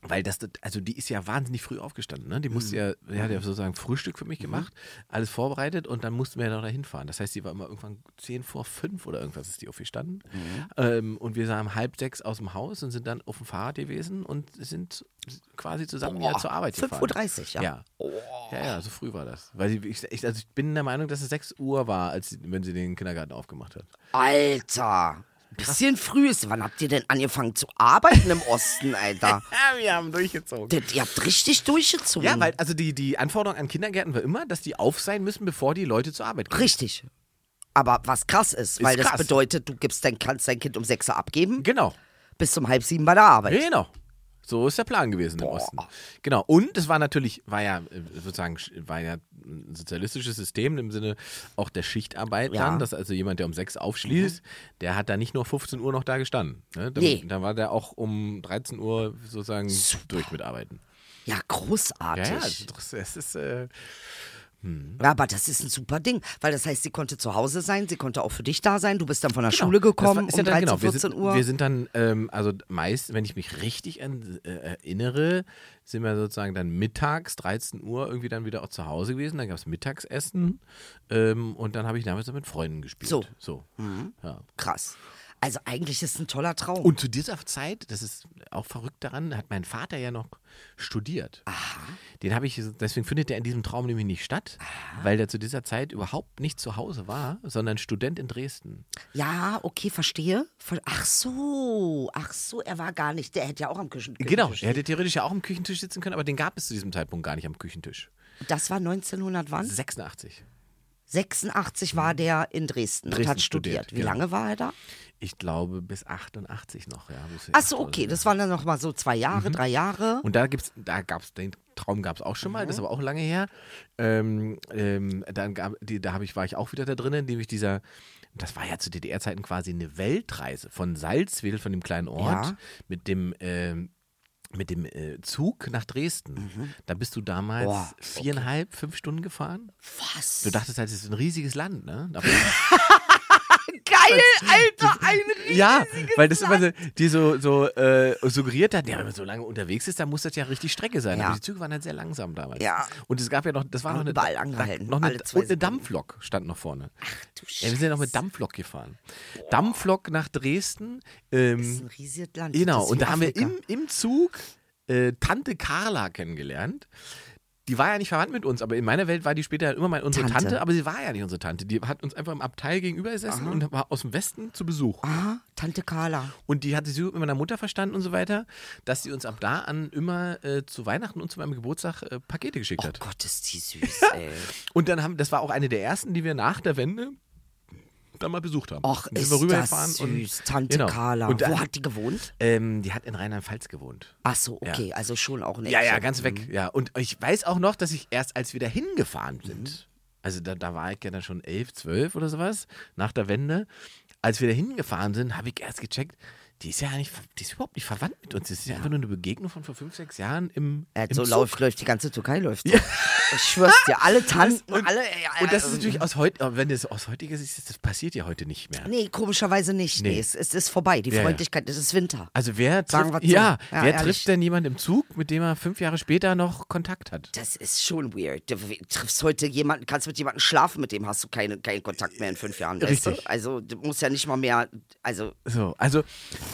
weil das, also die ist ja wahnsinnig früh aufgestanden, ne? Die musste ja, die hat ja sozusagen Frühstück für mich gemacht, alles vorbereitet und dann mussten wir ja noch dahin fahren. Das heißt, sie war immer irgendwann 10 vor 5 oder irgendwas ist die aufgestanden. Ähm, und wir sahen halb sechs aus dem Haus und sind dann auf dem Fahrrad gewesen und sind quasi zusammen ja zur Arbeit gefahren.
5.30 Uhr, ja.
Ja. Oh. ja, ja, so früh war das. Weil sie, ich, ich, also ich bin der Meinung, dass es 6 Uhr war, als, sie- wenn sie den Kindergarten aufgemacht hat.
Alter. Bisschen früh ist. Wann habt ihr denn angefangen zu arbeiten im Osten, Alter?
Ja, wir haben durchgezogen.
Das, ihr habt richtig durchgezogen.
Ja, weil also die, die Anforderung an Kindergärten war immer, dass die auf sein müssen, bevor die Leute zur Arbeit gehen.
Richtig. Aber was krass ist, weil
krass.
das bedeutet, du gibst dein, kannst dein Kind um sechs Uhr abgeben,
Genau.
bis zum halb sieben bei der Arbeit.
Genau. So ist der Plan gewesen im Osten. Genau. Und es war natürlich, war ja äh, sozusagen, war ja ein sozialistisches System im Sinne auch der Schichtarbeit
Ja. Mhm.
dann, dass also jemand, der um sechs aufschließt, der hat da nicht nur 15 Uhr noch da gestanden. Ne? Da,
Nee.
da war der auch um 13 Uhr sozusagen durch mit Arbeiten.
Ja,
Ja,
großartig.
ja, das- es ist, äh,
Ja, aber das ist ein super Ding, weil das heißt, sie konnte zu Hause sein, sie konnte auch für dich da sein, du bist dann von der Schule
Genau,
gekommen
das war-
um 13,
genau, wir
14
sind,
Uhr.
Wir sind dann, ähm, also meist, wenn ich mich richtig an, äh, erinnere, sind wir sozusagen dann mittags, 13 Uhr, irgendwie dann wieder auch zu Hause gewesen. Dann gab es Mittagsessen ähm, und dann habe ich damals mit Freunden gespielt.
So.
so. Ja.
Krass. Also eigentlich ist es ein toller Traum.
Und zu dieser Zeit, das ist auch verrückt daran, hat mein Vater ja noch studiert. Den habe ich, deswegen findet der in diesem Traum nämlich nicht statt, weil der zu dieser Zeit überhaupt nicht zu Hause war, sondern Student in Dresden.
ja, okay, verstehe. Ver- Ach so, ach so, er war gar nicht, der hätte ja auch am Küchen
Genau,
Küchentisch-
er hätte theoretisch ja auch am Küchentisch sitzen können, aber den gab es zu diesem Zeitpunkt gar nicht am Küchentisch.
Das war 1900 wann?
86.
86 war der in Dresden, und
Dresden
hat studiert.
studiert,
Wie
genau.
lange war er da?
Ich glaube bis 88 noch, ja. bis
Ach so,
88.
okay, das waren dann noch mal so zwei
Mhm.
Jahre, drei Jahre.
Und da gibt's, da gab's, den Traum gab es auch schon mal,
Mhm.
das ist aber auch lange her. Ähm, ähm, dann gab, die, da hab ich, war ich auch wieder da drinnen, indem ich dieser, das war ja zu DDR-Zeiten quasi eine Weltreise von Salzwedel, von dem kleinen Ort,
Ja.
mit dem, ähm, mit dem äh, Zug nach Dresden. Da bist du damals
Mhm. Boah,
viereinhalb, fünf Stunden gefahren.
Was?
Du dachtest halt, es ist ein riesiges Land, ne? Aber
Geil, Alter, ein Riesen.
Ja, weil das immer so, die so, so äh, suggeriert hat, ja, wenn man so lange unterwegs ist, dann muss das ja richtig Strecke sein.
Ja.
Aber die Züge waren halt sehr langsam damals.
Ja.
Und es gab ja noch, das war noch eine,
Überall angehalten,
noch eine,
alle zwei
und eine
Sekunden.
Dampflok stand noch vorne. Ach du Scheiße. Ja, wir sind ja noch mit Dampflok gefahren. Dampflok nach Dresden.
Das ist ein
Ähm,
riesiges Land.
genau,
Das ist wie
und da haben wir
Afrika.
im, im Zug äh, Tante Carla kennengelernt. Die war ja nicht verwandt mit uns, aber in meiner Welt war die später immer mal unsere Tante,
Tante.
aber sie war ja nicht unsere Tante. Die hat uns einfach im Abteil gegenüber gesessen und war aus dem Westen zu Besuch.
Aha, Tante Carla.
Und die hatte sie mit meiner Mutter verstanden und so weiter, dass sie uns ab da an immer äh, zu Weihnachten und zu meinem Geburtstag äh, Pakete geschickt
Oh
hat.
Gott, ist die süß, ey.
Und dann haben, das war auch eine der ersten, die wir nach der Wende dann mal besucht haben.
Och,
Dann
ist
sind wir
das
rübergefahren
süß.
und-
Tante
genau.
Carla.
Und dann,
Wo hat die gewohnt?
ähm, die hat in Rheinland-Pfalz gewohnt.
Ach so, okay, also schon auch eine
Ja, ja,
Ecke.
ganz weg. Ja, und ich weiß auch noch, dass ich erst, als wir da hingefahren sind, also da, da war ich ja dann schon elf, zwölf oder sowas, nach der Wende, als wir da hingefahren sind, habe ich erst gecheckt, die ist ja nicht, ver- die ist überhaupt nicht verwandt mit uns. Das ist ja einfach nur eine Begegnung von vor fünf, sechs Jahren im.
Äh,
im
so
Zug.
läuft, läuft die ganze Türkei läuft. so. Ich schwör's dir, alle Tanten, alle. ja,
Und das ist
ähm,
natürlich aus heute, wenn das aus heutiger Sicht ist, das passiert ja heute nicht mehr.
Nee, komischerweise nicht. Nee,
Nee.
es, es ist vorbei. Die
ja.
Freundlichkeit, es ist Winter.
Also wer
Sagen
trifft,
wir zu.
ja,
Ja,
wer
ehrlich.
trifft denn jemand im Zug, mit dem er fünf Jahre später noch Kontakt hat?
Das ist schon weird. Du triffst heute jemanden, kannst mit jemandem schlafen, mit dem hast du keine, keinen Kontakt mehr in fünf Jahren. Weißt
Richtig.
du? Also du musst ja nicht mal mehr. Also
So, also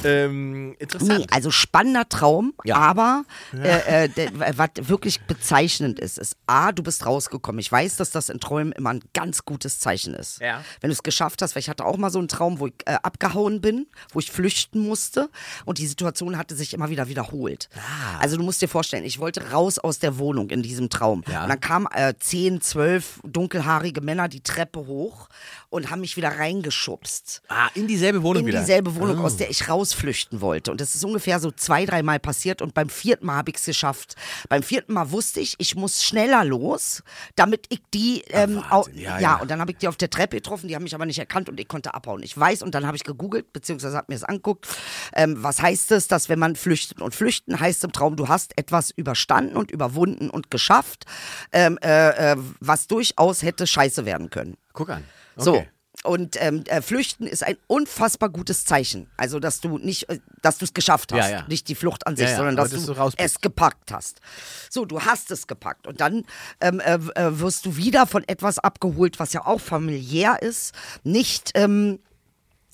ähm, interessant.
Nee, also spannender Traum,
Ja.
aber äh, äh, de- was wirklich bezeichnend ist, ist A, du bist rausgekommen. Ich weiß, dass das in Träumen immer ein ganz gutes Zeichen ist.
Ja.
Wenn du es geschafft hast, weil ich hatte auch mal so einen Traum, wo ich äh, abgehauen bin, wo ich flüchten musste und die Situation hatte sich immer wieder wiederholt.
Ah.
Also du musst dir vorstellen, ich wollte raus aus der Wohnung in diesem Traum.
Ja.
Und dann kamen äh, 10, 12 dunkelhaarige Männer die Treppe hoch und haben mich wieder reingeschubst
ah, in dieselbe Wohnung
in
wieder. Ah.
dieselbe Wohnung, aus der ich rausflüchten wollte. Und das ist ungefähr so zwei, dreimal passiert und beim vierten Mal habe ich es geschafft. Beim vierten Mal wusste ich, ich muss schneller los, damit ich die. Ähm, au-
Ah, Wahnsinn,
ja,
ja, ja.
und dann habe ich die auf der Treppe getroffen, die haben mich aber nicht erkannt und ich konnte abhauen. Ich weiß, und dann habe ich gegoogelt, beziehungsweise habe mir es anguckt. Ähm, was heißt es, dass wenn man flüchtet und flüchten, heißt im Traum, du hast etwas überstanden und überwunden und geschafft, ähm, äh, äh, was durchaus hätte scheiße werden können.
Guck an.
So.
Okay.
Und ähm, äh, Flüchten ist ein unfassbar gutes Zeichen. Also, dass du nicht, äh, dass du es geschafft hast.
Ja, ja.
Nicht die Flucht an sich,
Ja, ja,
sondern
aber
dass,
dass
du
du raus bist.
es gepackt hast. So, du hast es gepackt. Und dann ähm, äh, äh, wirst du wieder von etwas abgeholt, was ja auch familiär ist. Nicht, ähm,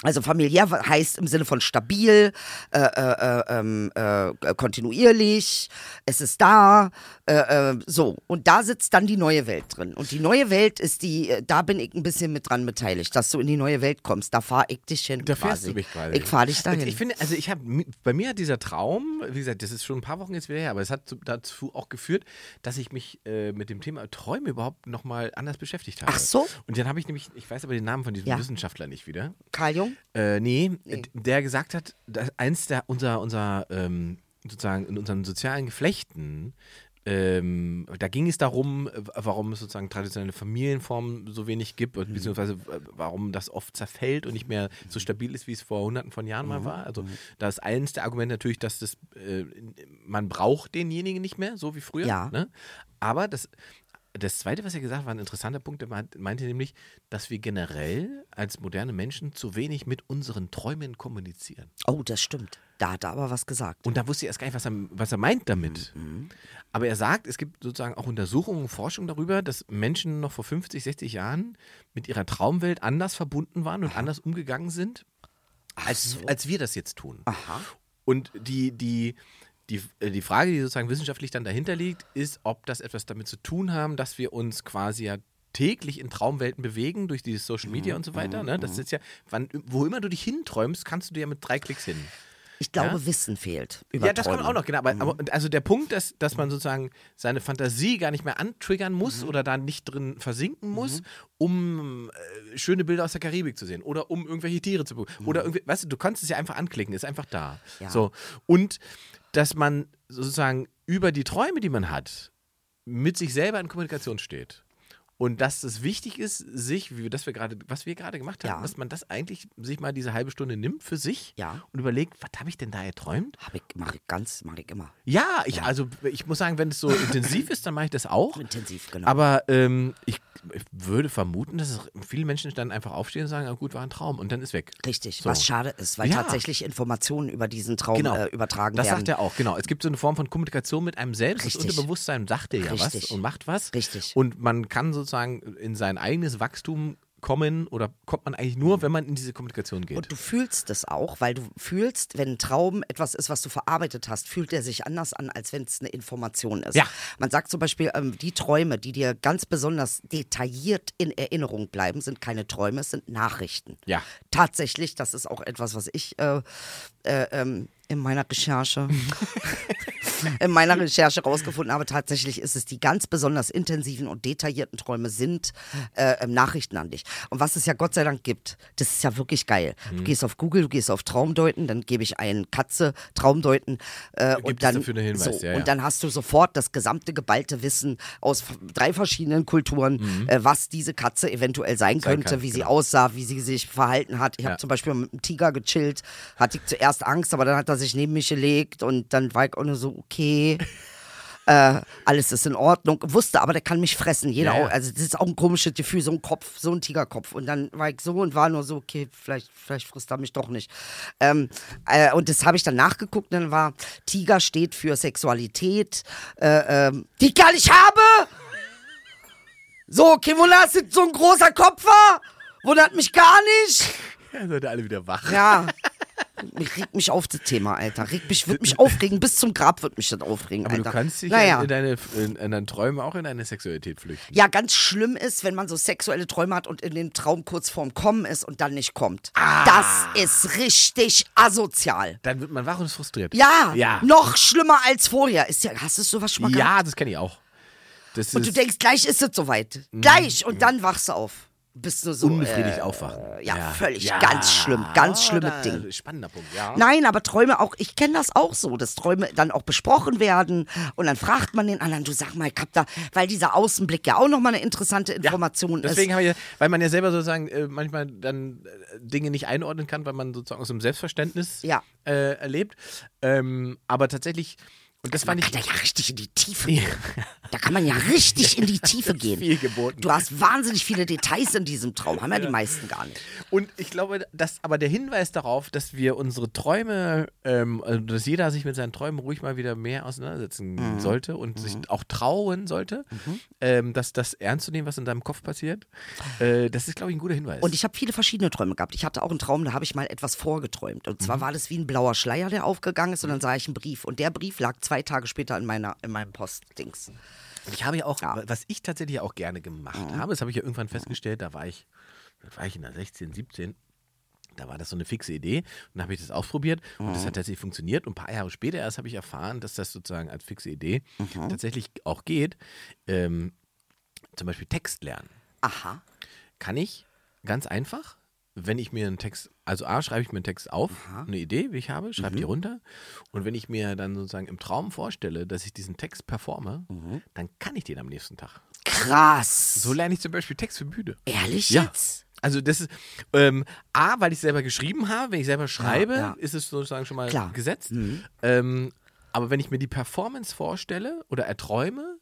also familiär heißt im Sinne von stabil, äh, äh, äh, ähm, äh, kontinuierlich, es ist da, äh, äh, so. Und da sitzt dann die neue Welt drin. Und die neue Welt ist die, äh, da bin ich ein bisschen mit dran beteiligt, dass du in die neue Welt kommst. Da fahre ich dich hin.
Da fährst
quasi.
du mich quasi.
Ich fahre dich dahin.
Und Ich finde, also ich habe, bei mir hat dieser Traum, wie gesagt, das ist schon ein paar Wochen jetzt wieder her, aber es hat zu- dazu auch geführt, dass ich mich äh, mit dem Thema Träume überhaupt nochmal anders beschäftigt habe.
Ach so.
Und dann habe ich nämlich, ich weiß aber den Namen von diesem
Ja.
Wissenschaftler nicht wieder.
Karl Jung?
Äh, nee, d- der gesagt hat, dass eins der, unser, unser ähm, sozusagen in unseren sozialen Geflechten, ähm, da ging es darum, äh, warum es sozusagen traditionelle Familienformen so wenig gibt, und beziehungsweise äh, warum das oft zerfällt und nicht mehr so stabil ist, wie es vor hunderten von Jahren mal war. Also da ist eines der Argumente natürlich, dass das, äh, man braucht denjenigen nicht mehr, so wie früher.
Ja.
Ne? Aber das, das Zweite, was er gesagt hat, war ein interessanter Punkt. Er meint- meinte nämlich, dass wir generell als moderne Menschen zu wenig mit unseren Träumen kommunizieren.
Oh, das stimmt. Da hat er aber was gesagt.
Und da wusste ich erst gar nicht, was er, was er meint damit. Aber er sagt, es gibt sozusagen auch Untersuchungen und Forschung darüber, dass Menschen noch vor 50, 60 Jahren mit ihrer Traumwelt anders verbunden waren und anders umgegangen sind, als, als wir das jetzt tun. Und die, die, die, äh, die Frage, die sozusagen wissenschaftlich dann dahinter liegt, ist, ob das etwas damit zu tun haben, dass wir uns quasi ja täglich in Traumwelten bewegen durch dieses Social Media und so weiter. Ne? Das ist ja, wann, wo immer du dich hinträumst, kannst du dir mit drei Klicks hin.
Ich glaube,
Ja?
Wissen fehlt. Über
Ja, das kommt
Träume.
auch noch, genau. Aber,
Mhm.
aber also der Punkt, dass, dass man sozusagen seine Fantasie gar nicht mehr antriggern muss
Mhm.
oder da nicht drin versinken muss, um äh, schöne Bilder aus der Karibik zu sehen oder um irgendwelche Tiere zu bekommen. Oder irgendwie, weißt du, du kannst es ja einfach anklicken, ist einfach da.
Mhm. Ja.
So. Und dass man sozusagen über die Träume, die man hat, mit sich selber in Kommunikation steht. Und dass es wichtig ist, sich, wie wir, das wir gerade, was wir gerade gemacht haben,
Ja.
dass man das eigentlich sich mal diese halbe Stunde nimmt für sich
Ja.
und überlegt, was habe ich denn da erträumt?
Hab ich, mach ich ganz, mach ich immer.
Ja, ich, also ich muss sagen, wenn es so intensiv ist, dann mache ich das auch.
Intensiv, genau.
Aber ähm, ich, ich würde vermuten, dass es viele Menschen dann einfach aufstehen und sagen, ah, gut, war ein Traum und dann ist weg.
Richtig,
So.
was schade ist, weil
Ja. Genau.
tatsächlich Informationen über diesen Traum äh, übertragen
das
werden.
sagt er auch, genau. Es gibt so eine Form von Kommunikation mit einem selbst.
Richtig.
Das Unterbewusstsein sagt dir ja was
Richtig.
und macht was.
Richtig.
Und man kann sozusagen in sein eigenes Wachstum kommen oder kommt man eigentlich nur, wenn man in diese Kommunikation geht.
Und du fühlst das auch, weil du fühlst, wenn ein Traum etwas ist, was du verarbeitet hast, fühlt er sich anders an, als wenn es eine Information ist.
Ja.
Man sagt zum Beispiel, ähm, die Träume, die dir ganz besonders detailliert in Erinnerung bleiben, sind keine Träume, es sind Nachrichten.
Ja.
Tatsächlich, das ist auch etwas, was ich äh, äh, ähm, in meiner Recherche in meiner Recherche rausgefunden habe, tatsächlich ist es die ganz besonders intensiven und detaillierten Träume sind äh, ähm, Nachrichten an dich. Und was es ja Gott sei Dank gibt, das ist ja wirklich geil.
Mhm.
Du gehst auf Google, du gehst auf Traumdeuten, dann gebe ich ein Katze, Traumdeuten äh, und
es
dann
dafür einen Hinweis,
so,
ja, ja.
und dann hast du sofort das gesamte geballte Wissen aus f- drei verschiedenen Kulturen, äh, was diese Katze eventuell sein
Mhm.
könnte,
kann,
wie sie
genau.
aussah, wie sie sich verhalten hat. Ich habe
Ja.
zum Beispiel mit einem Tiger gechillt, hatte ich zuerst Angst, aber dann hat er sich neben mich gelegt und dann war ich auch nur so, okay. Äh, alles ist in Ordnung. Wusste aber, der kann mich fressen. Jeder,
Ja, ja.
Auch, also das ist auch ein komisches Gefühl, so ein Kopf, so ein Tigerkopf. Und dann war ich so und war nur so, okay, vielleicht, vielleicht frisst er mich doch nicht. Ähm, äh, und das habe ich dann nachgeguckt. Und dann war Tiger steht für Sexualität. Äh, ähm, die kann ich habe. So, kein Wunder, dass das so ein großer Kopf war. Wundert mich gar nicht.
Ja, seid ihr alle wieder wach.
Ja. Ich reg mich auf das Thema, Alter. Reg mich, wird mich aufregen. Bis zum Grab wird mich das aufregen,
Aber
Alter.
du kannst dich
naja.
in, deine, in, in deinen Träumen auch in deine Sexualität flüchten.
ja, ganz schlimm ist, wenn man so sexuelle Träume hat und in dem Traum kurz vorm Kommen ist und dann nicht kommt.
Ah.
Das ist richtig asozial.
Dann wird man wach und ist frustriert.
Ja,
Ja.
noch schlimmer als vorher. Ist ja, hast du sowas schon mal gehabt?
Ja, das kenne ich auch. Das
Und
ist
du denkst, gleich ist es soweit.
Mhm.
Gleich. Und dann wachst du auf. Bist nur so.
unbefriedigt
äh,
aufwachen.
ja, völlig. Ganz schlimm. Ganz schlimmes
da-
Ding.
äh, Spannender Punkt, ja.
Nein, aber Träume auch, ich kenne das auch so, dass Träume dann auch besprochen werden und dann fragt man den anderen, du sag mal, ich hab da, weil dieser Außenblick ja auch nochmal eine interessante
Ja,
Information
Deswegen
ist.
habe ich, weil man ja selber sozusagen äh, manchmal dann äh, Dinge nicht einordnen kann, weil man sozusagen aus dem Selbstverständnis
Ja.
äh, erlebt. Ähm, aber tatsächlich, und das fand
Man
ich.
kann da ja richtig in die Tiefe gehen. Da kann man ja richtig in die Tiefe gehen.
viel geboten.
Du hast wahnsinnig viele Details in diesem Traum, haben ja, die meisten gar nicht.
Und ich glaube, dass aber der Hinweis darauf, dass wir unsere Träume, ähm, also dass jeder sich mit seinen Träumen ruhig mal wieder mehr auseinandersetzen
Mhm.
sollte und sich auch trauen sollte, ähm, dass das ernst zu nehmen, was in deinem Kopf passiert, äh, das ist, glaube ich, ein guter Hinweis.
Und ich habe viele verschiedene Träume gehabt. Ich hatte auch einen Traum, da habe ich mal etwas vorgeträumt. Und
Mhm.
zwar war das wie ein blauer Schleier, der aufgegangen ist und dann sah ich einen Brief. Und der Brief lag zwei Tage später in, meiner, in meinem Postdings.
Ich habe ja auch, was ich tatsächlich auch gerne gemacht habe, das habe ich ja irgendwann festgestellt, da war ich, da war ich in der 16, 17, da war das so eine fixe Idee und da habe ich das ausprobiert und das hat tatsächlich funktioniert und ein paar Jahre später erst habe ich erfahren, dass das sozusagen als fixe Idee tatsächlich auch geht. Ähm, zum Beispiel Text lernen
Aha.
kann ich ganz einfach, wenn ich mir einen Text, also A, schreibe ich mir einen Text auf, eine Idee, die ich habe, schreibe die runter. Und wenn ich mir dann sozusagen im Traum vorstelle, dass ich diesen Text performe, dann kann ich den am nächsten Tag.
Krass.
Mhm. So lerne ich zum Beispiel Text für Bühne.
Ehrlich
Ja.
jetzt?
Also das ist ähm, A, weil ich selber geschrieben habe, wenn ich selber schreibe,
ja.
ist es sozusagen schon mal
Klar.
gesetzt. Ähm, aber wenn ich mir die Performance vorstelle oder erträume,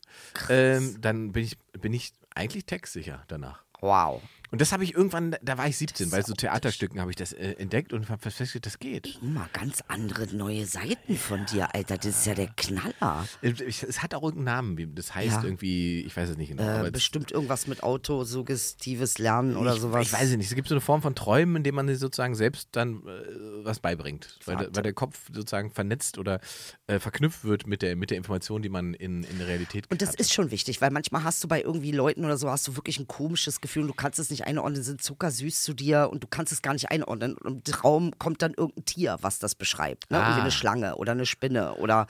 ähm, dann bin ich, bin ich eigentlich textsicher danach.
Wow.
Und das habe ich irgendwann, da war ich 17, bei so Theaterstücken habe ich das äh, entdeckt und habe festgestellt, das geht.
Immer ganz andere neue Seiten von dir, Alter. Das ist ja der Knaller.
Ich, Äh, ich, es hat auch irgendeinen Namen, wie- das heißt
Ja.
irgendwie, ich weiß es nicht genau.
Äh,
aber das-
bestimmt irgendwas mit autosuggestives Lernen oder
ich,
sowas.
Ich weiß es nicht. Es gibt so eine Form von Träumen, in denen man sich sozusagen selbst dann äh, was beibringt. Weil, der- weil der Kopf sozusagen vernetzt oder äh, verknüpft wird mit der, mit der Information, die man in, in der Realität
Und das
hat.
ist schon wichtig, weil manchmal hast du bei irgendwie Leuten oder so, hast du wirklich ein komisches Gefühl und du kannst es nicht einordnen, sind zuckersüß zu dir und du kannst es gar nicht einordnen. Und im Traum kommt dann irgendein Tier, was das beschreibt. Ne? Irgendwie
Ah.
eine Schlange oder eine Spinne oder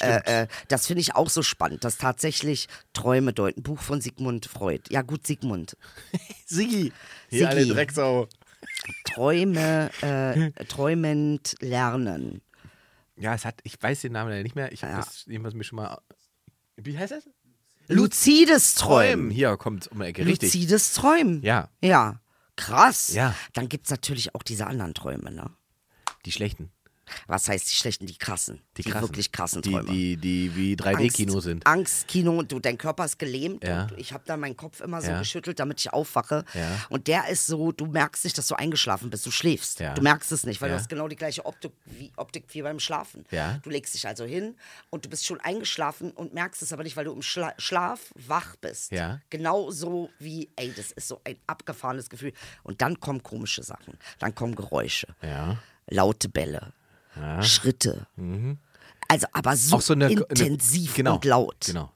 äh, äh, das finde ich auch so spannend, dass tatsächlich Träume deuten. Buch von Sigmund Freud. Ja gut, Sigmund.
Sigi. Hier alle
Sigi.
Drecksau.
Träume, äh, träumend lernen.
Ja, es hat, ich weiß den Namen leider nicht mehr. Ich habe das jedenfalls mir schon mal. Wie heißt das?
Luzides Träumen.
Träumen. Hier kommt um die Ecke. Richtig.
Luzides Träumen.
Ja.
Ja. Krass.
Ja.
Dann gibt es natürlich auch diese anderen Träume, ne?
Die schlechten.
Was heißt die schlechten, die krassen?
Die krassen.
wirklich krassen
Die,
Träume.
die, die wie 3D-Kino sind.
Angstkino und du, dein Körper ist gelähmt
Ja.
und ich habe dann meinen Kopf immer so
Ja.
geschüttelt, damit ich aufwache.
Ja.
Und der ist so, du merkst nicht, dass du eingeschlafen bist, du schläfst.
Ja.
Du merkst es nicht, weil
Ja.
du hast genau die gleiche Optik wie, Optik wie beim Schlafen.
Ja.
Du legst dich also hin und du bist schon eingeschlafen und merkst es aber nicht, weil du im Schla Schlaf wach bist.
Ja.
Genau so wie, ey, das ist so ein abgefahrenes Gefühl. Und dann kommen komische Sachen, dann kommen Geräusche
Ja.
laute Bälle, Schritte. Also, aber so,
Auch Mhm. so eine
intensiv
eine, genau,
und laut.
Genau.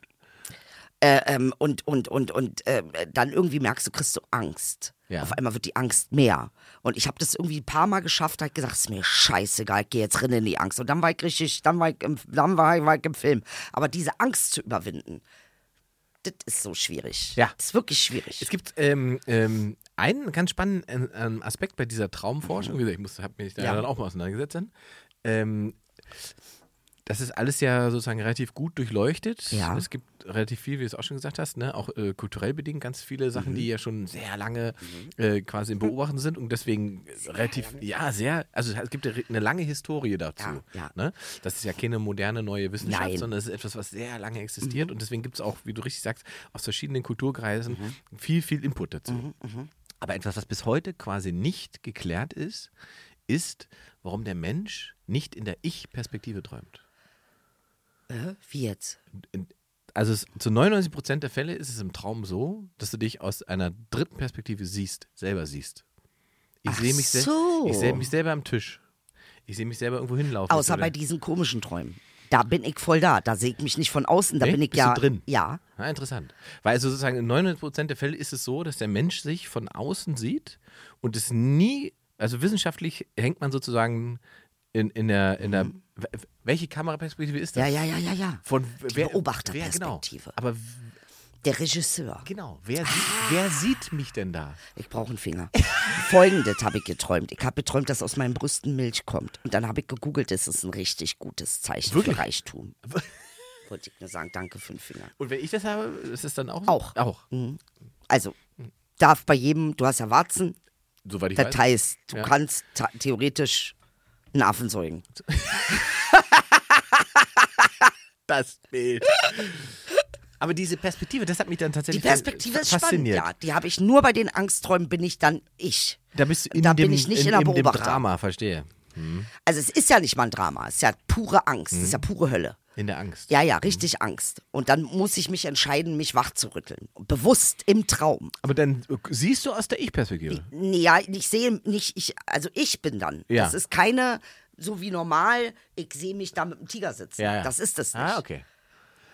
Ähm, und und, und, und ähm, dann irgendwie merkst du, kriegst du Angst.
Ja.
Auf einmal wird die Angst mehr. Und ich habe das irgendwie ein paar Mal geschafft, habe gesagt, ist mir scheißegal, ich gehe jetzt rein in die Angst. Und dann war ich richtig, dann war ich, im, dann war ich, war ich im Film. Aber diese Angst zu überwinden, das ist so schwierig.
Ja.
Das ist wirklich schwierig.
Es gibt ähm, ähm, einen ganz spannenden ähm, Aspekt bei dieser Traumforschung. Wie gesagt, ich muss, habe mich da
Ja.
dann auch mal auseinandergesetzt. Dann. Ähm, das ist alles ja sozusagen relativ gut durchleuchtet.
Ja.
Es gibt relativ viel, wie du es auch schon gesagt hast, ne? auch äh, kulturell bedingt ganz viele
Mhm.
Sachen, die ja schon sehr lange äh, quasi im Beobachten sind und deswegen äh, relativ, ja, sehr, also es gibt eine lange Historie dazu.
Ja, ja.
Ne? Das ist ja keine moderne neue Wissenschaft,
Nein. Mhm.
sondern sondern es ist etwas, was sehr lange existiert und deswegen gibt es auch, wie du richtig sagst, aus verschiedenen Kulturkreisen
Mhm.
viel, viel Input dazu. Aber etwas, was bis heute quasi nicht geklärt ist, ist, warum der Mensch nicht in der Ich-Perspektive träumt.
äh, wie jetzt?
Also es, zu 99 Prozent der Fälle ist es im Traum so, dass du dich aus einer dritten Perspektive siehst, selber siehst. Ich
Ach
sehe mich, sel-
so.
ich sehe mich selber am Tisch. Ich sehe mich selber irgendwo hinlaufen.
Außer bei
Oder-
diesen komischen Träumen. Da bin ich voll da. Da sehe ich mich nicht von außen. Da
Nee?
bin ich
Bist
ja
du drin?
Ja.
Ah, interessant. Weil also sozusagen in 99% der Fälle ist es so, dass der Mensch sich von außen sieht und es nie, also wissenschaftlich hängt man sozusagen in, in der, in der w- welche Kameraperspektive ist das?
Mhm. Ja, ja, ja, ja, ja.
Von
Die
wer,
Beobachterperspektive. Ah.
Wer, genau. Aber w-
Der Regisseur.
genau, wer, sieht, wer sieht mich denn da?
Ich brauche einen Finger. Folgendes habe ich geträumt. Ich habe geträumt, dass aus meinen Brüsten Milch kommt. Und dann habe ich gegoogelt, das ist ein richtig gutes Zeichen
Wirklich?
für Reichtum. Wollte ich nur sagen, danke für den Finger.
Und wenn ich das habe, ist es dann auch so?
Auch.
Auch.
Also, darf bei jedem, du hast ja Warzen,
Soweit ich
das
weiß.
heißt, du
Ja.
kannst ta- theoretisch einen Affen säugen.
Das Bild. Aber diese Perspektive, das hat mich dann
Die
tatsächlich
Perspektive ist spannend,
fasziniert.
ja. Die habe ich nur bei den Angstträumen, bin ich dann ich.
Da bist du in
Da
dem,
bin ich nicht
in,
in der
in dem
Beobachter.
Drama, verstehe.
Also es ist ja nicht mal ein Drama, es ist ja pure Angst,
Mhm.
es ist ja pure Hölle.
In der Angst.
Ja, ja, richtig Angst. Und dann muss ich mich entscheiden, mich wach zu rütteln. Bewusst im Traum.
Aber dann äh, siehst du aus der Ich-Perspektive.
Nee, Ja, ich sehe nicht, ich, also ich bin dann.
Ja.
Das ist keine, so wie normal, ich sehe mich da mit dem Tiger sitzen.
Ja, ja.
Das ist das nicht.
Ah, okay.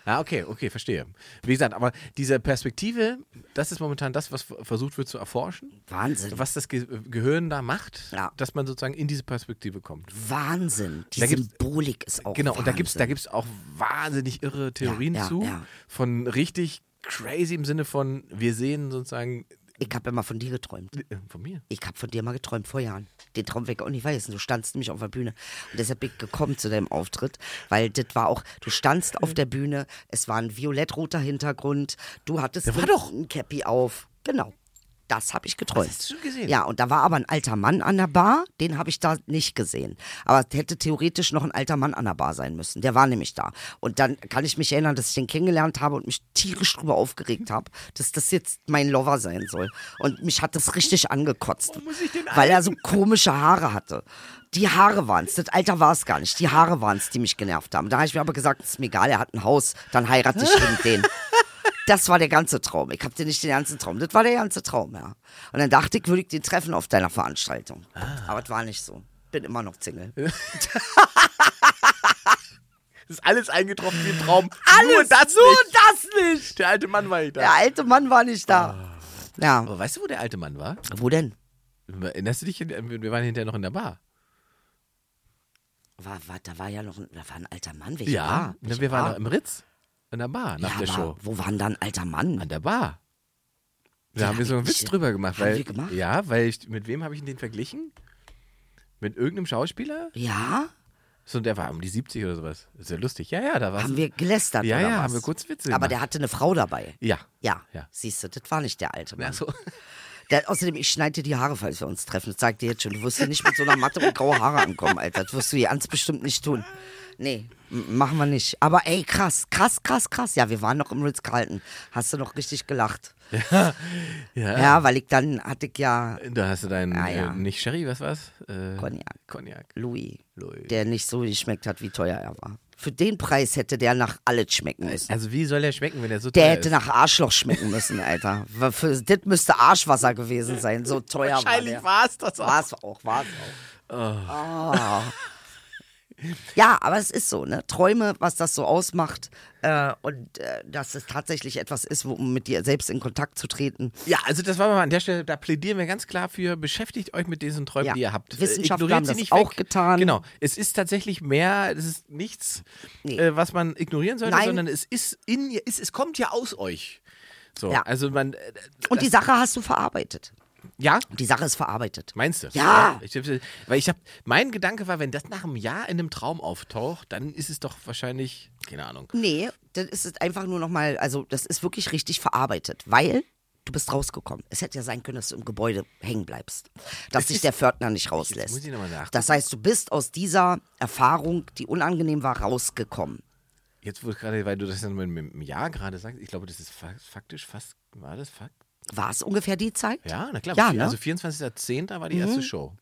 Ah, okay, okay, verstehe. Wie gesagt, aber diese Perspektive, das ist momentan das, was v- versucht wird zu erforschen.
Wahnsinn.
Was das Ge Gehirn da macht,
Ja.
dass man sozusagen in diese Perspektive kommt.
Wahnsinn. Die
Da gibt's-
Symbolik ist auch
genau,
Wahnsinn.
und da gibt es da gibt's auch wahnsinnig irre Theorien
ja,
zu,
ja.
von richtig crazy im Sinne von, wir sehen sozusagen
Ich habe immer von dir geträumt.
Äh, Von mir.
Ich habe von dir mal geträumt vor Jahren. Den Traum weg auch nicht vergessen. Du standst nämlich auf der Bühne. Und deshalb bin ich gekommen zu deinem Auftritt, weil das war auch, du standst auf der Bühne, es war ein violettroter Hintergrund, du hattest
Da war
ein,
doch-
ein Cappy auf. Genau. Das habe ich geträumt.
hast du gesehen?
Ja, und da war aber ein alter Mann an der Bar, den habe ich da nicht gesehen. Aber es hätte theoretisch noch ein alter Mann an der Bar sein müssen. Der war nämlich da. Und dann kann ich mich erinnern, dass ich den kennengelernt habe und mich tierisch drüber aufgeregt habe, dass das jetzt mein Lover sein soll. Und mich hat das richtig angekotzt, weil er so komische Haare hatte. Die Haare waren es, das Alter war es gar nicht. Die Haare waren es, die mich genervt haben. Da habe ich mir aber gesagt, ist mir egal, er hat ein Haus, dann heirate ich eben den. Das war der ganze Traum. Ich hatte nicht den ganzen Traum. Das war der ganze Traum, ja. Und dann dachte ich, würde ich den treffen auf deiner Veranstaltung.
Ah.
Aber das war nicht so. Bin immer noch Single.
Das ist alles eingetroffen wie im Traum. Nur das
nur
nicht.
das nicht.
Der alte Mann war ich da.
Der alte Mann war nicht da. Ja.
Aber weißt du, wo der alte Mann war?
Wo denn?
Erinnerst du dich? Wir waren hinterher noch in der Bar.
War, war, da war ja noch ein, da war ein alter Mann. Welche
Ja,
Bar?
ne,
Welche
wir waren
Bar?
noch im Ritz. In der Bar, nach
ja,
der
aber
Show.
Wo war denn da ein alter Mann?
An der Bar. Da
Ja,
haben wir so einen
hab ich
Witz
nicht-
drüber gemacht.
haben
weil,
wir gemacht?
Ja, weil ich, mit wem habe ich den verglichen? Mit irgendeinem Schauspieler?
Ja?
So, der war um die 70 oder sowas. Ist ja lustig. Ja, ja, da war
Haben wir gelästert
Ja,
oder
ja,
was?
haben wir kurz Witze
Aber
gemacht.
der hatte eine Frau dabei.
Ja.
Ja,
Ja.
siehst du, das war nicht der alte Mann.
Ja, so.
Der, außerdem, ich schneide dir die Haare, falls wir uns treffen. Das sagt dir jetzt schon. Du wirst hier nicht mit so einer Matte und graue Haare ankommen, Alter. Das wirst du hier ganz bestimmt nicht tun. Nee, m- machen wir nicht. Aber ey, krass, krass, krass, krass. Ja, wir waren noch im Ritz-Carlton. Hast du noch richtig gelacht?
Ja.
Ja, weil ich dann hatte ich ja
Da hast du deinen,
Ah, ja.
äh, nicht Sherry, was war's? Äh,
Cognac.
Cognac.
Louis,
Louis.
der nicht so geschmeckt hat, wie teuer er war. Für den Preis hätte der nach alles schmecken müssen.
Also wie soll der schmecken, wenn der so
Der
teuer
hätte
ist?
nach Arschloch schmecken müssen, Alter. Wa- Für, das müsste Arschwasser gewesen sein. So teuer
Wahrscheinlich
war
war es das
der.
auch. Ah.
War's auch, war's auch. Oh. Ja, aber es ist so, ne? Träume, was das so ausmacht äh, und äh, dass es tatsächlich etwas ist, wo, um mit dir selbst in Kontakt zu treten.
Ja, also das war mal an der Stelle, da plädieren wir ganz klar für, beschäftigt euch mit diesen Träumen,
Ja.
die ihr habt. Äh,
Wissenschaftler
ignoriert
haben
sie
das
nicht
auch
weg.
getan.
Genau, es ist tatsächlich mehr, es ist nichts,
Nee.
äh, was man ignorieren sollte,
Nein.
sondern es ist in ihr, es, es kommt ja aus euch. So,
Ja.
also man, äh,
Und die Sache hast du verarbeitet.
ja,
Die Sache ist verarbeitet.
meinst du?
Ja.
Ich, äh, weil ich habe, mein Gedanke war, wenn das nach einem Jahr in einem Traum auftaucht, dann ist es doch wahrscheinlich, keine Ahnung.
Nee, dann ist es einfach nur nochmal, also das ist wirklich richtig verarbeitet, weil du bist rausgekommen. Es hätte ja sein können, dass du im Gebäude hängen bleibst, dass dich der Pförtner nicht rauslässt.
muss ich noch mal nachgucken.
das heißt, du bist aus dieser Erfahrung, die unangenehm war, rausgekommen.
Jetzt wurde gerade, weil du das dann mit einem Jahr gerade sagst, ich glaube, das ist fa- faktisch fast, war das fakt?
War es ungefähr die Zeit?
Ja, na klar.
Ja,
Vi-
ne? Mhm.
Also 24.10. war die erste Show.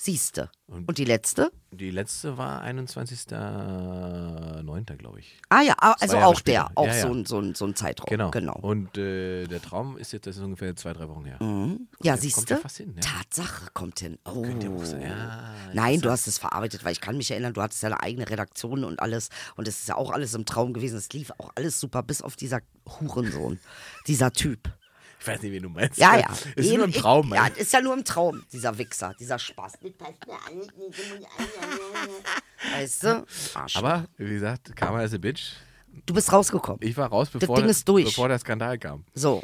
Siehste. Und die letzte?
Die letzte war 21.09., glaube ich.
Ah ja, ah, also
Jahre
auch
später.
der, auch
Ja, ja.
So, ein, so, ein, so ein Zeitraum.
Genau.
genau.
Und äh, der Traum ist jetzt, das ist ungefähr zwei, drei Wochen her.
Mhm. Ja,
kommt
siehste.
ja fast hin, ne?
Tatsache kommt hin. Oh.
ja,
Nein, du hast es verarbeitet, weil ich kann mich erinnern, du hattest ja eine eigene Redaktion und alles. Und es ist ja auch alles im Traum gewesen. Es lief auch alles super, bis auf dieser Hurensohn, dieser Typ.
Ich weiß nicht, wen du meinst.
Ja, ja.
Es ist
Den
nur ein
ich-
Traum,
Ja,
Mann.
das ist ja nur im Traum, dieser Wichser, dieser Spaß. Weißt du? Arsch.
Aber wie gesagt, Karma is a Bitch.
du bist rausgekommen.
Ich war raus, bevor,
Ding ist durch.
bevor der Skandal kam.
So,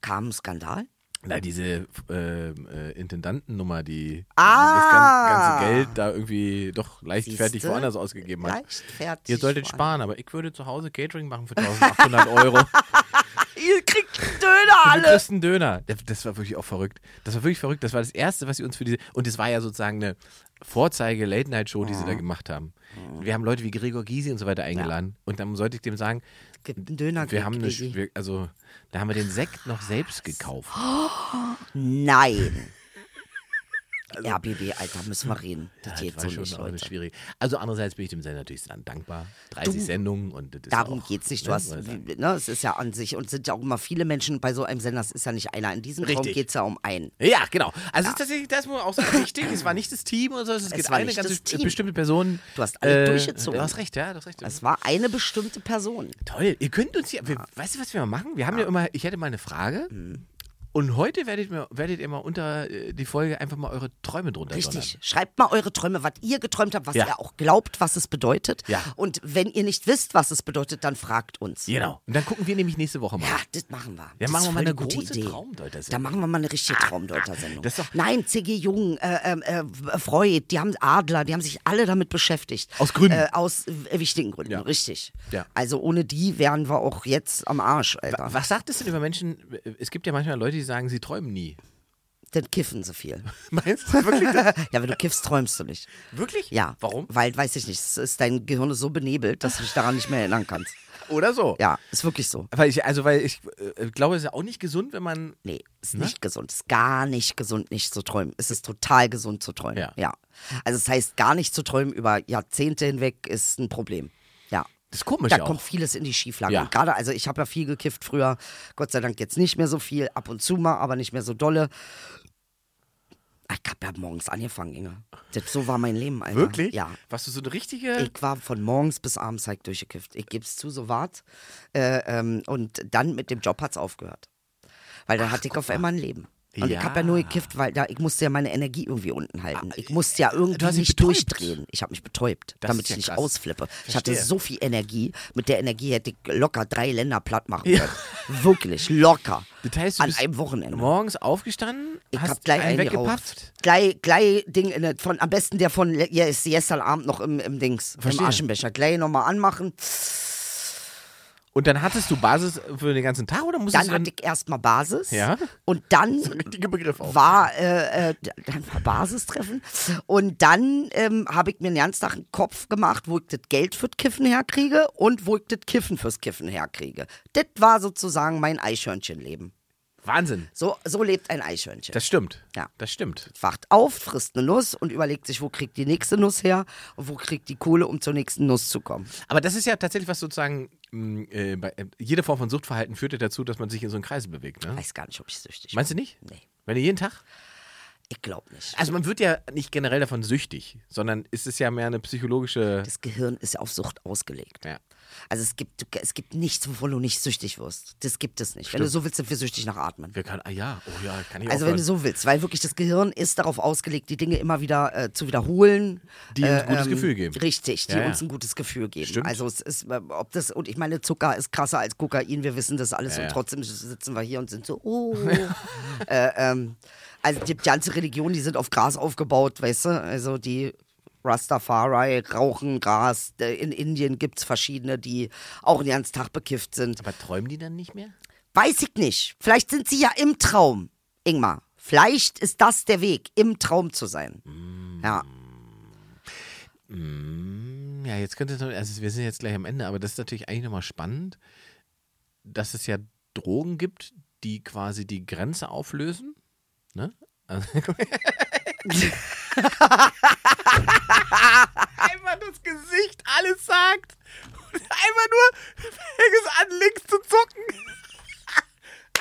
kam ein Skandal?
Na, diese ähm, äh, Intendantennummer, die
Ah!
das gan- ganze Geld da irgendwie doch leichtfertig
Siehste?
woanders ausgegeben hat.
Leichtfertig
Ihr solltet
woanders.
sparen, aber ich würde zu Hause Catering machen für 1800 Euro.
Ihr kriegt einen Döner
Du
alle.
kriegst einen Döner. Das, das war wirklich auch verrückt. Das war wirklich verrückt. Das war das Erste, was sie uns für diese. Und das war ja sozusagen eine Vorzeige-Late-Night-Show, die sie
Mhm.
da gemacht haben. Wir haben Leute wie Gregor Gysi und so weiter eingeladen. Und dann sollte ich dem sagen,
Gibt einen Döner
wir haben eine,
Gregor Gysi.
wir, also da haben wir den Sekt noch selbst gekauft.
Oh, Nein.
Also,
ja, Baby, Alter, müssen wir reden. Das geht
war
so
schon
nicht,
auch eine
Leute.
schwierige. Also andererseits bin ich dem Sender natürlich dann dankbar. 30 Sendungen und das ist
Darum
auch,
geht's nicht. Du
ne,
hast,
weil-
ne, es ist ja an sich und sind ja auch immer viele Menschen bei so einem Sender. Es ist ja nicht einer. In diesem Raum
Richtig.
geht's ja um einen.
Ja, genau. Also es ist tatsächlich, das muss man auch sagen, richtig. Es war nicht das Team oder so, es, gibt
war
eine
nicht
ganz
das Team.
bestimmte Person. äh,
Du hast alle durchgezogen. Also,
Du hast recht, ja, du hast recht.
Es war eine bestimmte Person. Mhm.
Toll. Ihr könnt uns hier, wir, weißt du, was wir mal machen? Wir haben ja immer, ich hätte mal eine Frage Und heute werdet, mir, werdet ihr mal unter äh, die Folge einfach mal eure Träume drunter
Richtig. Schreibt mal eure Träume, was ihr geträumt habt, was
Ja.
ihr auch glaubt, was es bedeutet.
Ja.
Und wenn ihr nicht wisst, was es bedeutet, dann fragt uns.
donnern. Genau. Und dann gucken wir nämlich nächste Woche mal.
Ja, das machen wir.
Ja,
das
machen
ist
wir mal
voll
eine
die gute
große
Idee.
Traumdeuter-Sendung. Ah,
Da machen wir mal eine richtige Traumdeuter-Sendung.
Das ist doch-
Nein, C.G. Jung, äh, äh, äh, Freud, die haben Adler, die haben sich alle damit beschäftigt.
Aus Gründen.
Äh, aus äh, wichtigen Gründen,
Ja.
richtig.
Ja.
Also ohne die wären wir auch jetzt am Arsch, Alter.
Was sagt es denn über Menschen? äh, Es gibt ja manchmal Leute, die sagen, sie träumen nie.
Dann kiffen sie viel.
Meinst du wirklich?
ja, wenn du kiffst, träumst du nicht.
Wirklich?
Ja.
Warum?
Weil, weiß ich nicht, es ist, dein Gehirn ist so benebelt, dass du dich daran nicht mehr erinnern kannst.
Oder so?
Ja, ist wirklich so.
Weil ich, also weil ich äh, glaube, es ist ja auch nicht gesund, wenn man.
Nee, ist
Ne?
nicht gesund. Ist gar nicht gesund, nicht zu träumen. Es ist total gesund zu träumen.
Ja.
Ja. Also, das heißt, gar nicht zu träumen über Jahrzehnte hinweg ist ein Problem. Ja.
Das ist komisch
Da
auch.
kommt vieles in die Schieflage.
Ja.
Und gerade, also ich habe ja viel gekifft früher, Gott sei Dank jetzt nicht mehr so viel, ab und zu mal, aber nicht mehr so dolle. Ich habe ja morgens angefangen, Inge. Das, so war mein Leben, Alter.
Wirklich?
Ja.
Was du so eine richtige.
Ich war von morgens bis abends halt durchgekifft. Ich gebe es zu, so wart. Äh, ähm, und dann mit dem Job hat es aufgehört. Weil dann hatte ich auf einmal ein Leben. Und
Ja. äh,
ich habe ja nur gekifft, weil da, ich musste ja meine Energie irgendwie unten halten. Ich musste ja irgendwie
hast dich
nicht
betäubt.
durchdrehen. Ich habe mich betäubt,
Das
damit
ist
ich
ja
nicht
krass.
ausflippe. Ich hatte
Verstehe.
so viel Energie. Mit der Energie hätte ich locker drei Länder platt machen können. Wirklich, locker.
Das heißt, du
An
bist
einem Wochenende.
morgens aufgestanden,
genau. Ich
hast
hab gleich
einen
einen
weggepafft.
geraucht. Gleich, gleich Ding in der, von, am besten der von le- ja, ist gestern Abend noch im, im Dings,
Verstehe.
im Aschenbecher. Gleich nochmal anmachen.
Und dann hattest du Basis für den ganzen Tag oder musstest
Dann
du dann
hatte ich erstmal Basis.
Ja.
Und dann
richtige Begriff auch.
war äh, äh, dann war Basistreffen. Und dann ähm, habe ich mir den ganzen Tag einen Kopf gemacht, wo ich das Geld fürs Kiffen herkriege und wo ich das Kiffen fürs Kiffen herkriege. Das war sozusagen mein Eichhörnchenleben.
Wahnsinn.
So, so lebt ein Eichhörnchen.
Das stimmt.
Ja.
Das stimmt.
wacht auf, frisst eine Nuss und überlegt sich, wo kriegt die nächste Nuss her und wo kriegt die Kohle, um zur nächsten Nuss zu kommen.
Aber das ist ja tatsächlich was sozusagen, mh, äh, bei, äh, jede Form von Suchtverhalten führt ja dazu, dass man sich in so einen Kreis bewegt. Ne?
Weiß gar nicht, ob ich süchtig
Meinst du nicht?
Nee.
Wenn ihr jeden Tag?
bin. Ich glaube nicht.
Also man wird ja nicht generell davon süchtig, sondern ist es ja mehr eine psychologische.
Das Gehirn ist ja auf Sucht ausgelegt.
Ja.
Also es gibt, es gibt nichts, wovon du nicht süchtig wirst. Das gibt es nicht. Wenn du so willst, sind wir süchtig nach Atmen.
Wir können, ah ja, oh ja, kann ich
Also
auch.
wenn du so willst, weil wirklich das Gehirn ist darauf ausgelegt, die Dinge immer wieder äh, zu wiederholen. Äh, ähm,
Die uns ein gutes Gefühl geben.
Richtig, die
Ja, ja.
uns ein gutes Gefühl geben.
Stimmt.
Also es ist, äh, ob das, und ich meine, Zucker ist krasser als Kokain, wir wissen das alles
Ja,
und
ja.
trotzdem sitzen wir hier und sind so, oh. äh, ähm, also die ganze Religion, die sind auf Gras aufgebaut, weißt du, also die... Rastafari, rauchen Gras. Äh, In Indien gibt es verschiedene, die auch den ganzen Tag bekifft sind.
aber träumen die dann nicht mehr?
Weiß ich nicht. Vielleicht sind sie ja im Traum, Ingmar. Vielleicht ist das der Weg, im Traum zu sein. Ja.
Hm, Ja, jetzt könnte es noch- also wir sind jetzt gleich am Ende, aber das ist natürlich eigentlich nochmal spannend, dass es ja Drogen gibt, die quasi die Grenze auflösen. Ne? Also, Einmal das Gesicht alles sagt. Und einmal nur fängt es an, links zu zucken. Oh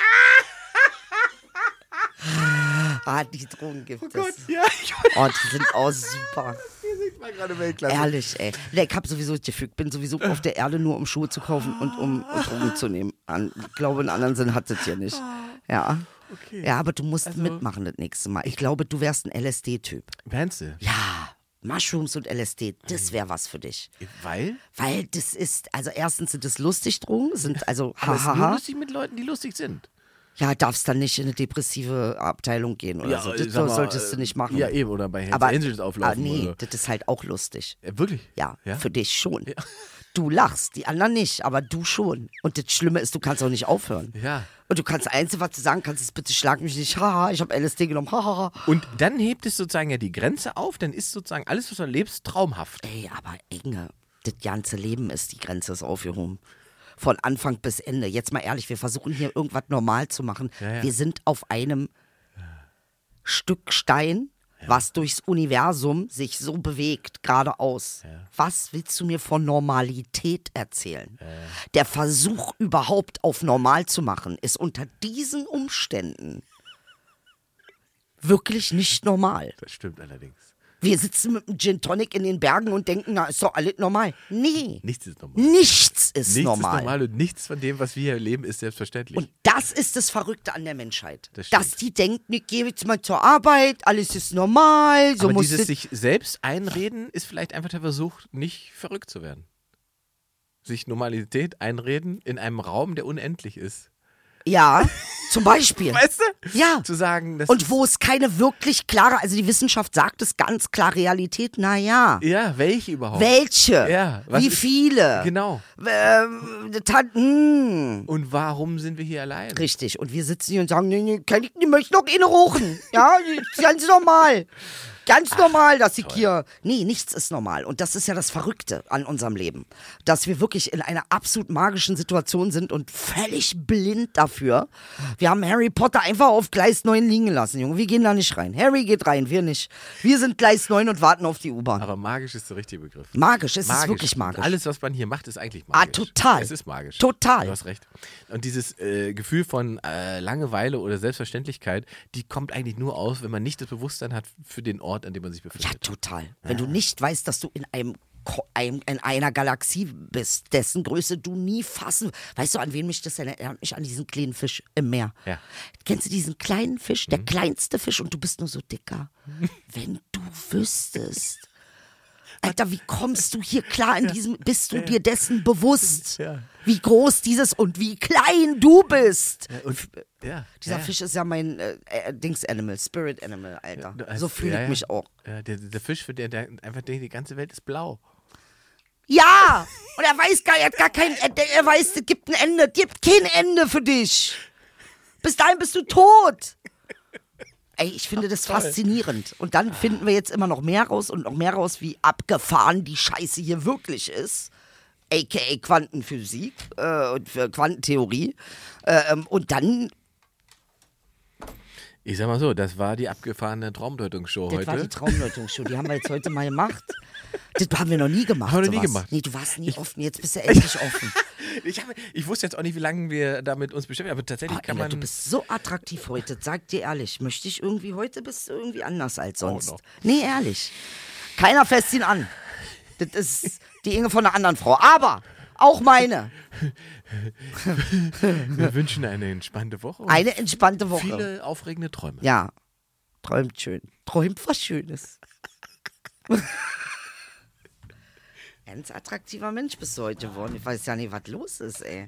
Ah, die Drogen gibt es.
Ja, ich
Oh, die sind auch super.
war gerade Weltklasse.
Ehrlich, ey. Nee, Ich hab sowieso das Gefühl, ich bin sowieso auf der Erde nur, um Schuhe zu kaufen und um Drogen zu nehmen. An, ich glaube, einen anderen Sinn hat das hier nicht. Ja. Ja, aber du musst mitmachen das nächste Mal. Ich glaube, du wärst ein LSD-Typ.
Meinst du?
Ja. Mushrooms und LSD, das wäre was für dich.
Weil?
Weil das ist, also erstens sind das lustig Drogen, sind also
Aber es ist nur
hahaha.
lustig mit Leuten, die lustig sind.
Ja, darfst dann nicht in eine depressive Abteilung gehen oder so. also Das
sag mal,
solltest
äh,
du nicht machen.
Ja, eben, oder bei Hells
aber
Angels auflaufen.
Ah, nee,
oder so.
das ist halt auch lustig.
Äh, Wirklich?
Ja, für dich schon. Du lachst, die anderen nicht, aber du schon. Und das Schlimme ist, du kannst auch nicht aufhören.
Ja.
Und du kannst einzig was zu sagen, kannst es bitte schlag mich nicht. Haha, ich habe LSD genommen. Haha.
Und dann hebt es sozusagen ja die Grenze auf, dann ist sozusagen alles, was du erlebst, traumhaft.
Ey, aber Inge, das ganze Leben ist, die Grenze ist aufgehoben. Von Anfang bis Ende. Jetzt mal ehrlich, wir versuchen hier irgendwas normal zu machen.
ja.
Wir sind auf einem Stück Stein, was durchs Universum sich so bewegt, geradeaus. Was willst du mir von Normalität erzählen? Der Versuch, überhaupt auf normal zu machen, ist unter diesen Umständen wirklich nicht normal.
Das stimmt allerdings.
Wir sitzen mit einem Gin Tonic in den Bergen und denken, na, ist doch alles normal. Nee.
Nichts ist normal.
Nichts ist
Nichts
normal.
ist normal und nichts von dem, was wir hier erleben, ist selbstverständlich.
Und das ist das Verrückte an der Menschheit.
Das stimmt.
dass die denkt, ich gehe jetzt mal zur Arbeit, alles ist normal, so
Aber
muss
dieses
es.
sich selbst einreden ist vielleicht einfach der Versuch, nicht verrückt zu werden. Sich Normalität einreden in einem Raum, der unendlich ist.
Ja, zum Beispiel.
Weißt du?
Ja.
Zu sagen, dass.
Und wo es keine wirklich klare, also die Wissenschaft sagt es ganz klar, Realität, naja.
ja, welche überhaupt?
Welche?
Ja, was
Wie
ist-
viele?
Genau.
Ähm, das hat- hm.
Und warum sind wir hier allein?
Richtig. Und wir sitzen hier und sagen, nee, nee, kann ich nicht, möchte noch eine rochen. eh Ja, das ist ganz normal. Ganz normal, dass ich hier. Nee, nichts ist normal. Und das ist ja das Verrückte an unserem Leben. Dass wir wirklich in einer absolut magischen Situation sind und völlig blind dafür. Wir haben Harry Potter einfach auf Gleis 9 liegen gelassen, Junge. Wir gehen da nicht rein. Harry geht rein, wir nicht. Wir sind Gleis 9 und warten auf die U-Bahn.
Aber magisch ist der richtige Begriff.
Magisch, es ist wirklich magisch. Ah,
Alles, was man hier macht, ist eigentlich magisch.
total.
Es ist magisch.
Total.
Du hast recht. Und dieses äh, Gefühl von äh, Langeweile oder Selbstverständlichkeit, die kommt eigentlich nur aus, wenn man nicht das Bewusstsein hat für den Ort, an dem man sich
Ja,
befindet.
total. Wenn du nicht weißt, dass du in einem Ko- einem- in einer Galaxie bist, dessen Größe du nie fassen. Weißt du, an wen mich das erinnert? Erinnert mich an diesen kleinen Fisch im Meer.
Ja. Mhm.
Kennst du diesen kleinen Fisch, der kleinste Fisch, und du bist nur so dicker? Wenn du wüsstest. Alter, wie kommst du hier klar in diesem, bist du dir dessen bewusst, wie groß dieses und wie klein du bist?
Und, ja,
äh, Dieser
ja, ja.
Fisch ist ja mein äh, äh, Dings-Animal, Spirit-Animal, Alter.
Du- als-
so fühle
ja,
ich
ja.
mich auch.
Ja, der, der Fisch, für der, der einfach denkt, die ganze Welt ist blau.
Ja! Und er weiß gar, er hat gar kein, er, er weiß, es gibt ein Ende, es gibt kein Ende für dich. Bis dahin bist du tot. Ey, ich finde das faszinierend. Und dann finden wir jetzt immer noch mehr raus und noch mehr raus, wie abgefahren die Scheiße hier wirklich ist. AKA Quantenphysik äh, und für Quantentheorie. Äh, ähm, und dann,
Ich sag mal so, das war die abgefahrene Traumdeutungsshow
das
heute.
war die Traumleutungsshow, die haben wir jetzt heute mal gemacht. Das haben wir noch nie gemacht.
Haben wir noch nie
sowas.
gemacht.
Nee, du warst nie offen, jetzt bist du endlich offen.
ich, hab, ich wusste jetzt auch nicht, wie lange wir damit uns beschäftigen, aber tatsächlich
Boah,
kann
Ah, Ella,
man.
du bist so attraktiv heute, sag dir ehrlich. Möchte ich irgendwie heute bist du irgendwie anders als sonst.
noch.
nee, ehrlich. Keiner fässt ihn an. Das ist die Inge von einer anderen Frau. Aber auch meine.
wir wünschen eine entspannte Woche. und
Eine entspannte Woche.
Viele aufregende Träume.
Ja. Träumt schön. Träumt was Schönes. Ganz attraktiver Mensch bist du heute geworden. Ich weiß ja nicht, was los ist, ey.